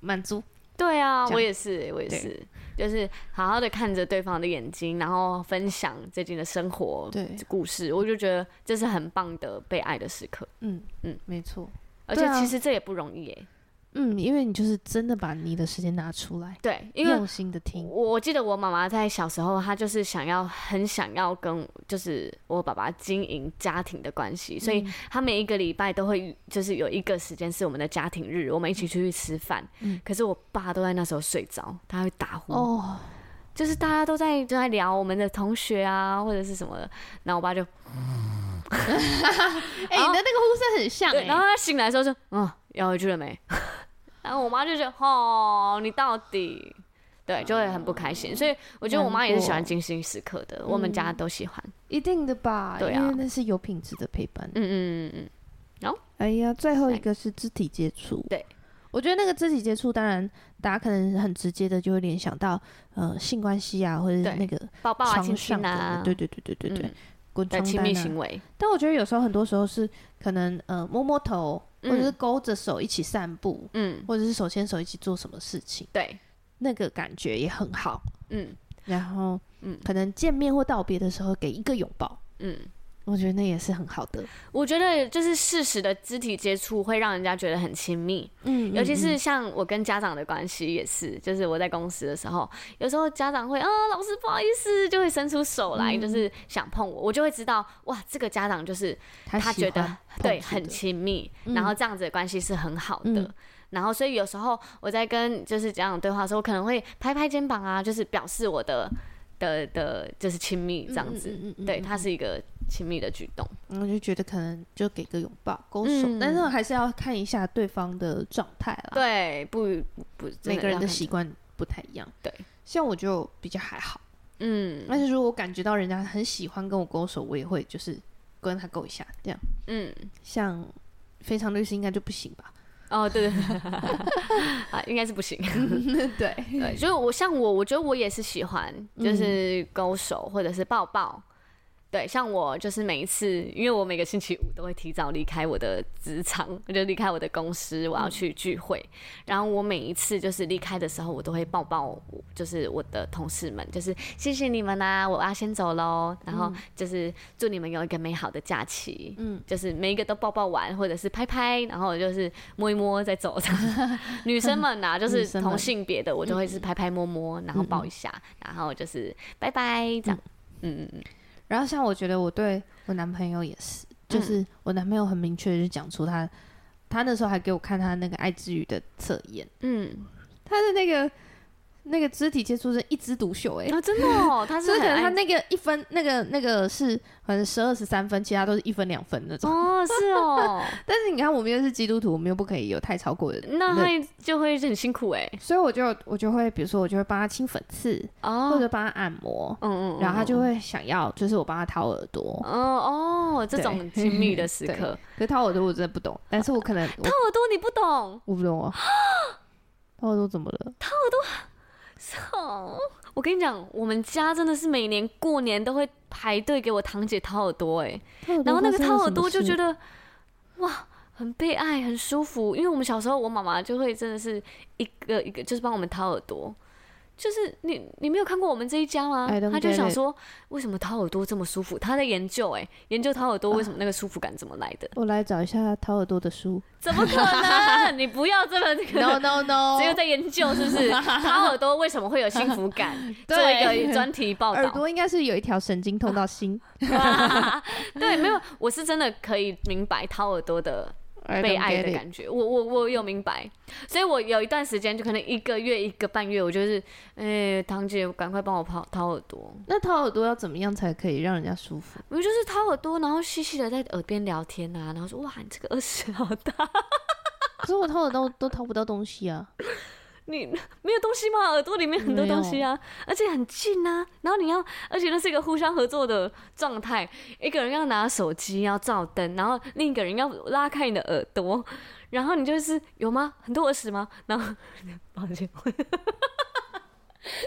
B: 满足。
A: 对啊，
B: 这样
A: 我也是，我也
B: 对
A: 是，就是好好的看着对方的眼睛，然后分享最近的生活
B: 对，
A: 故事，哦我就觉得这是很棒的被爱的时刻，
B: 嗯嗯
A: 嗯，
B: 没错，
A: 而
B: 对
A: 且
B: 啊
A: 其实这也不容易耶。
B: 嗯，因为你就是真的把你的时间拿出来，
A: 对，因为
B: 用心的听。
A: 我我记得我妈妈在小时候，她就是想要很想要跟就是我爸爸经营家庭的关
B: 嗯
A: 系，所以她每一个礼拜都会就是有一个时间是我们的家庭日，我们一起出去吃饭。
B: 嗯
A: 可是我爸都在那时候睡着，他会打呼，
B: 哦，
A: 就是大家都在都在聊我们的同学啊或者是什么的，然后我爸就
B: 哎、
A: 然
B: 你
A: 后
B: 的那个呼声很像、
A: 对，
B: 哎，
A: 然后他醒来的时候说嗯要回去了没？ (laughs) 然后我妈就觉得哦你到底。对，就会很不开心，所以我觉得我妈也是喜欢
B: 难过
A: 精心时刻的，我们家
B: 嗯
A: 都喜欢。
B: 一定的吧，
A: 对
B: 因为
A: 啊
B: 那是有品质的陪伴。
A: 嗯嗯嗯嗯，
C: 哎呀，最后一个是肢体接触，
B: 我觉得那个肢体接触，当然大家可能很直接的就会联想到呃性关系啊，或者是
A: 对
B: 那个
A: 抱抱啊，
B: 床
A: 亲亲
B: 上的，
A: 啊，
B: 对对对对对
A: 嗯
B: 对，滚
A: 的
B: 床
A: 亲
B: 单、
A: 密
B: 啊
A: 行。为，
B: 但我觉得有时候很多时候是可能呃摸摸头，或者是勾着手一起散步，
A: 嗯，
B: 或者是手牵手一起做什么事情，
A: 对，
B: 那个感觉也很好。
A: 嗯
B: 然后
A: 嗯
B: 可能见面或道别的时候给一个拥抱，
A: 嗯。
B: 我觉得那也是很好的。
A: 我觉得就是适时的肢体接触会让人家觉得很亲密，
B: 嗯
A: 尤其是像我跟家长的关系也是，就是我在公司的时候，有时候家长会啊，老师不好意思，就会伸出手来，
B: 嗯
A: 就是想碰我，我就会知道哇，这个家长就是
B: 他
A: 他
B: 喜
A: 觉得
B: 欢碰
A: 对
B: 触
A: 很
B: 的
A: 亲密，然后这样子的关系是很好的。
B: 嗯
A: 然后，所以有时候我在跟就是家长对话的时候，我可能会拍拍肩膀啊，就是表示我的的的，就是亲密这样子。
B: 嗯嗯嗯嗯
A: 对，它是一个亲密的举动。
B: 我就觉得可能就给个拥抱、勾手，但是
A: 嗯
B: 还是要看一下对方的状态啦。，
A: 对，不不，真
B: 每个人
A: 要
B: 的
A: 看
B: 习惯不太一样。
A: 对，
B: 像我就比较还好，
A: 嗯
B: 但是如果我感觉到人家很喜欢跟我勾手，我也会就是跟他勾一下这样。
A: 嗯，
B: 像非常律师应该就不行吧？
A: 哦，对对对，啊，应该是不行。嗯
B: 对，
A: (laughs) 对，就是我像我，我觉得我也是喜欢，就是勾手或者是抱抱。对，像我就是每一次，因为我每个星期五都会提早离开我的职场，我就离开我的公司，
B: 嗯
A: 我要去聚会。然后我每一次就是离开的时候，我都会抱抱我，就是我的同事们，就是谢谢你们啦、我要先走喽。然后就是祝你们有一个美好的假期。
B: 嗯
A: 嗯，就是每一个都抱抱完，或者是拍拍，然后就是摸一摸再走。这样
B: (laughs)
A: 女生们呐、就
B: 女
A: 是
B: 生
A: 同
B: 们嗯
A: 性别的，我就会是拍拍摸摸，然后抱一下，然后就是拜拜这样。嗯嗯
B: 然后像我觉得我对我男朋友也是，
A: 嗯
B: 就是我男朋友很明确地就讲出他，他那时候还给我看他那个爱之语的测验，
A: 嗯，
B: 他的那个那个肢体接触是一枝独秀哎、
A: 然后真的哦， (laughs) 他
B: 所
A: 是
B: 以可
A: 很
B: 能他
A: 爱
B: 那个一分，那个那个是反正十二十三分，其他都是一分两分那种。
A: 哦，是哦，
B: 但是你看，我们又是基督徒，我们又不可以有太超过的，
A: (laughs) 那会就会很辛苦哎。
B: 所以我就我就会，比如说我就会帮他清粉刺，
A: 哦，
B: 或
A: 嗯
B: 者帮他按摩，
A: 嗯，嗯
B: 然后他就会想要，就是我帮他掏耳朵。
A: 哦哦，这种亲密的 (laughs) 时
B: 对
A: 刻，
B: 可是掏耳朵我真的不懂，但是我可能我
A: 掏耳朵你不懂，
B: 我不懂哦，掏耳朵怎么了？
A: 哦，我跟你讲，我们家真的是每年过年都会排队给我堂姐掏耳朵哎。 (laughs) 然后那个掏耳朵就觉得，哇，很被爱，很舒服。因为我们小时候，我妈妈就会真的是一个一个，就是帮我们掏耳朵。就是你，你没有看过我们这一家吗
B: I don't？
A: 她就
B: get
A: 想
B: it
A: 说，为什么掏耳朵这么舒服？她在研究、哎，研究掏耳朵为什么那个舒服感怎么来的？ (laughs)
B: 我来找一下掏耳朵的书。
A: 怎么可能？你不要这么这个
B: no no，
A: (laughs) 只有在研究是不是？掏耳朵为什么会有幸福
B: (laughs)
A: 感？做一个专题报
B: 耳
A: 道。
B: 朵应该是有一条神经通到心，
A: (laughs)
B: (laughs)
A: 对，没有，我是真的可以明白掏耳朵的被爱的感觉，我我我有明白，所以我有一段时间就可能一个月一个半月，我就是，哎、堂姐赶快帮我掏掏耳朵，
B: 那掏耳朵要怎么样才可以让人家舒 (laughs) 服？
A: 我就是掏耳朵，然后细细的在耳边聊天啊，然后说哇，你这个耳屎好大，
B: 可是我掏耳朵都掏 (laughs) 不到东西啊。
A: 你没有东西吗？耳朵里面很多东西啊，而且很近啊，然后你要，而且那是一个互相合作的状态，一个人要拿手机要照灯，然后另一个人要拉开你的耳朵，然后你就是有吗？很多耳屎吗？然后 (laughs) 抱歉。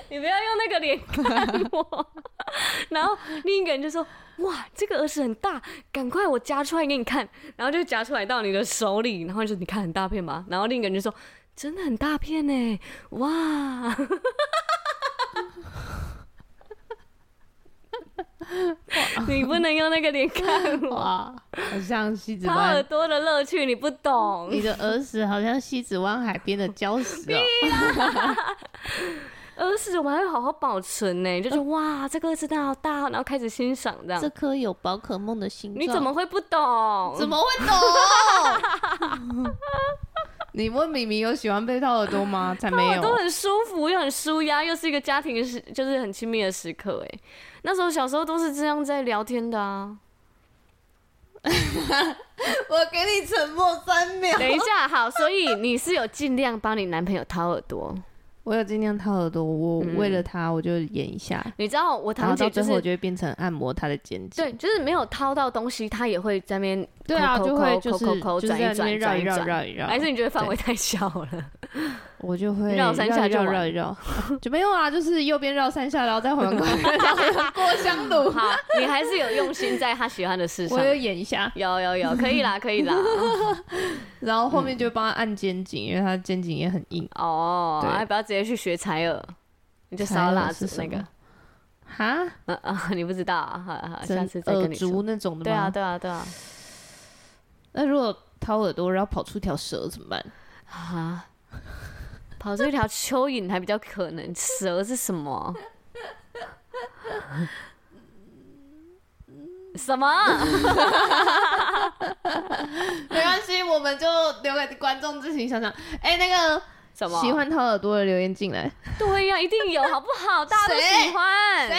A: 你不要用那个脸看我， (laughs) 然后另一个人就说：“哇，这个耳屎很大，赶快我夹出来给你看。”然后就夹出来到你的手里，然后就你看很大片吗？然后另一个人就说：“真的很大片呢，哇！ (laughs) 你不能用那个脸看我，
B: 哇，好像西子
A: 掏耳，朵的乐趣你不懂。
B: 的耳屎好像西子湾海边的礁石哦。
A: 耳屎我们还要好好保存呢，就是哇，这个耳屎真的好大哦，然后开始欣赏
B: (laughs)
A: 这样。
B: 啊颗有宝可梦的心
A: 你怎么会不懂？
B: 怎么会懂？ (laughs) 你问米米有喜欢被掏耳朵 (laughs) 吗？才没有
A: 都。很舒服，又很舒压，又是一个家庭时，就是很亲密的时刻。哎，那时候小时候都是这样在聊天的
B: (laughs)
A: 啊。
C: 我给你沉默三秒。
A: 等一下，好，所以你是有尽量帮你男朋友掏耳朵。
B: 我有尽量掏耳朵，我为了他我就演一下，
A: 你知道我
B: 然
A: 堂
B: 后
A: 姐
B: 到
A: 就
B: 最后我
A: 是
B: 就会变成按摩他的肩颈。
A: 对，就是没有掏到东西，她也会在那边
B: 对啊，
A: 抠抠
B: 就
A: 抠
B: 会就是
A: 抠抠抠
B: 就是
A: 转
B: 在
A: 一
B: 那
A: 转转
B: 边绕一
A: 一
B: 绕
A: 转，
B: 绕一绕，
A: 还是你觉得范
B: 对
A: 围太小了？
B: 我就会
A: 绕三下
B: 一绕
A: 就完
B: (laughs) 绕一绕，就没有啊，就是右边绕三下，然后再缓过来，绕过我相
A: (laughs)
B: 赌，
A: 好，你还是有用心在他喜欢的事上
B: 我。有演一下，
A: 有有有，可
B: (laughs)
A: 以啦，可以啦。
B: 然后后面就帮他按肩颈，因为他肩颈也很硬。
A: 哦，
B: 对
A: 哎，不要直接去学采耳，你就
B: 采
A: 烧
B: 耳
A: 蜡
B: 是
A: 烛那
B: 什
A: 个
B: 么。哈，
A: 呃啊，你不知道啊？好好，下
B: 整
A: 次再
B: 耳
A: 跟你说。
B: 烛那种的
A: 对
B: 呃吗？
A: 啊，对啊，对啊。
B: 那如果掏耳朵然后跑出一条蛇怎么办？
A: 啊，跑出一条蚯蚓还比较可能，蛇是什 (laughs) 么？什么？
B: (laughs) 没关系，我们就留给观众自行想想。哎、那个
A: 什么？
B: 喜？欢掏耳朵的留言进来，
A: 对呀、一定有，好不好？大家都
B: 谁
A: 喜欢。谁？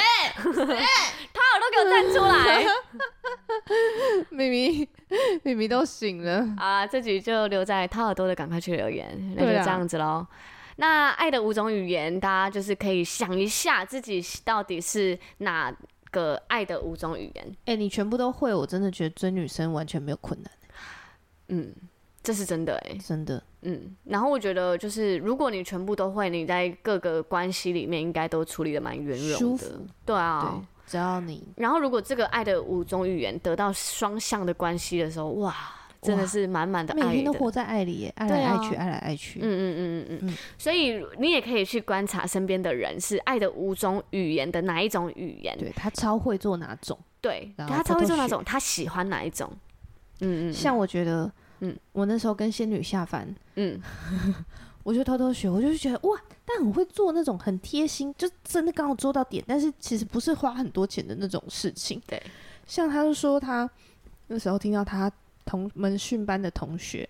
A: (laughs) 他耳朵给我站出来！
B: (laughs) 咪咪 (laughs) 咪咪都醒了，
A: 啊，这局就留在掏耳朵的，赶快去留言，那就
B: 对啊
A: 这样子喽。那爱的五种语言，大家就是可以想一下自己到底是哪个爱的五种语言。
B: 哎、你全部都会，我真的觉得追女生完全没有困难，
A: 嗯，这是真的哎、
B: 真的。
A: 嗯，然后我觉得就是，如果你全部都会，你在各个关系里面应该都处理的蛮圆融
B: 舒
A: 的
B: 服，
A: 对啊。
B: 对，只要你
A: 然后如果这个爱的五种语言得到双向的关系的时候，哇，真的是满满的
B: 每
A: 爱
B: 天
A: 的
B: 都。活在爱里耶，爱
A: 对
B: 来
A: 啊
B: 爱去，爱来爱去。
A: 嗯嗯嗯嗯嗯，所以你也可以去观察身边的人是爱的五种语言的哪一种语言，
B: 对他超会做哪种？
A: 对，
B: 然后
A: 他
B: 他
A: 超会
B: 都
A: 做哪
B: 学
A: 种，他喜欢哪一种，嗯嗯
B: 像我觉得，
A: 嗯
B: 嗯，我那时候跟仙女下凡，
A: 嗯，
B: (laughs) 我就偷偷学，我就觉得哇，但很会做那种很贴心，就真的刚好做到点，但是其实不是花很多钱的那种事情。
A: 对，
B: 像他就说他那时候听到他同门训班的同学，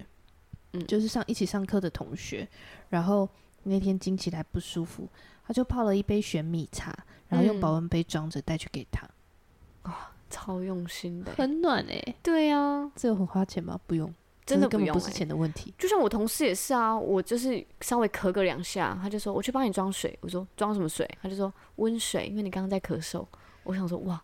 A: 嗯
B: 就是上一起上课的同学，然后那天经期来不舒服，他就泡了一杯玄米茶，然后用
A: 嗯
B: 保温杯装着带去给他，
A: 超用心的，
B: 很暖哎、
A: (laughs) 对啊，
B: 这个很花钱吗？不用，
A: 真的
B: 这根
A: 不
B: 本
A: 用、
B: 不是
A: 欸。
B: 钱的问题。
A: 就像我同事也是啊，我就是稍微咳个两下，他就说我去帮你装水。我说装什么水？他就说温水，因为你刚刚在咳嗽。我想说哇，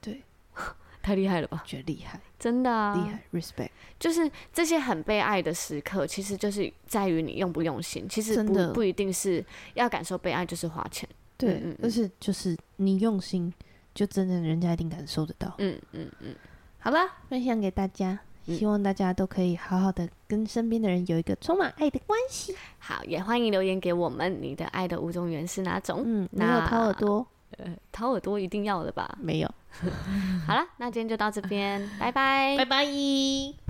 B: 对，
A: (laughs) 太厉害了吧，
B: 觉得厉害，
A: 真的啊，
B: 厉害、r e s p e c t
A: 就是这些很被爱的时刻，其实就是在于你用不用心。其实
B: 真
A: 不
B: 的
A: 不一定是要感受被爱就是花钱。
B: 对，
A: 嗯嗯
B: 而且就是你用心，就真的人家一定感受得到。
A: 嗯嗯嗯，
B: 好了，分享给大家，
A: 嗯
B: 希望大家都可以好好的跟身边的人有一个充满爱的关系。
A: 好，也欢迎留言给我们，你的爱的五种语言是哪种？
B: 嗯，你有
A: 那
B: 掏耳朵
A: 掏耳朵一定要的吧？
B: 没有？
A: 好了，那今天就到这边，拜拜，
B: 拜。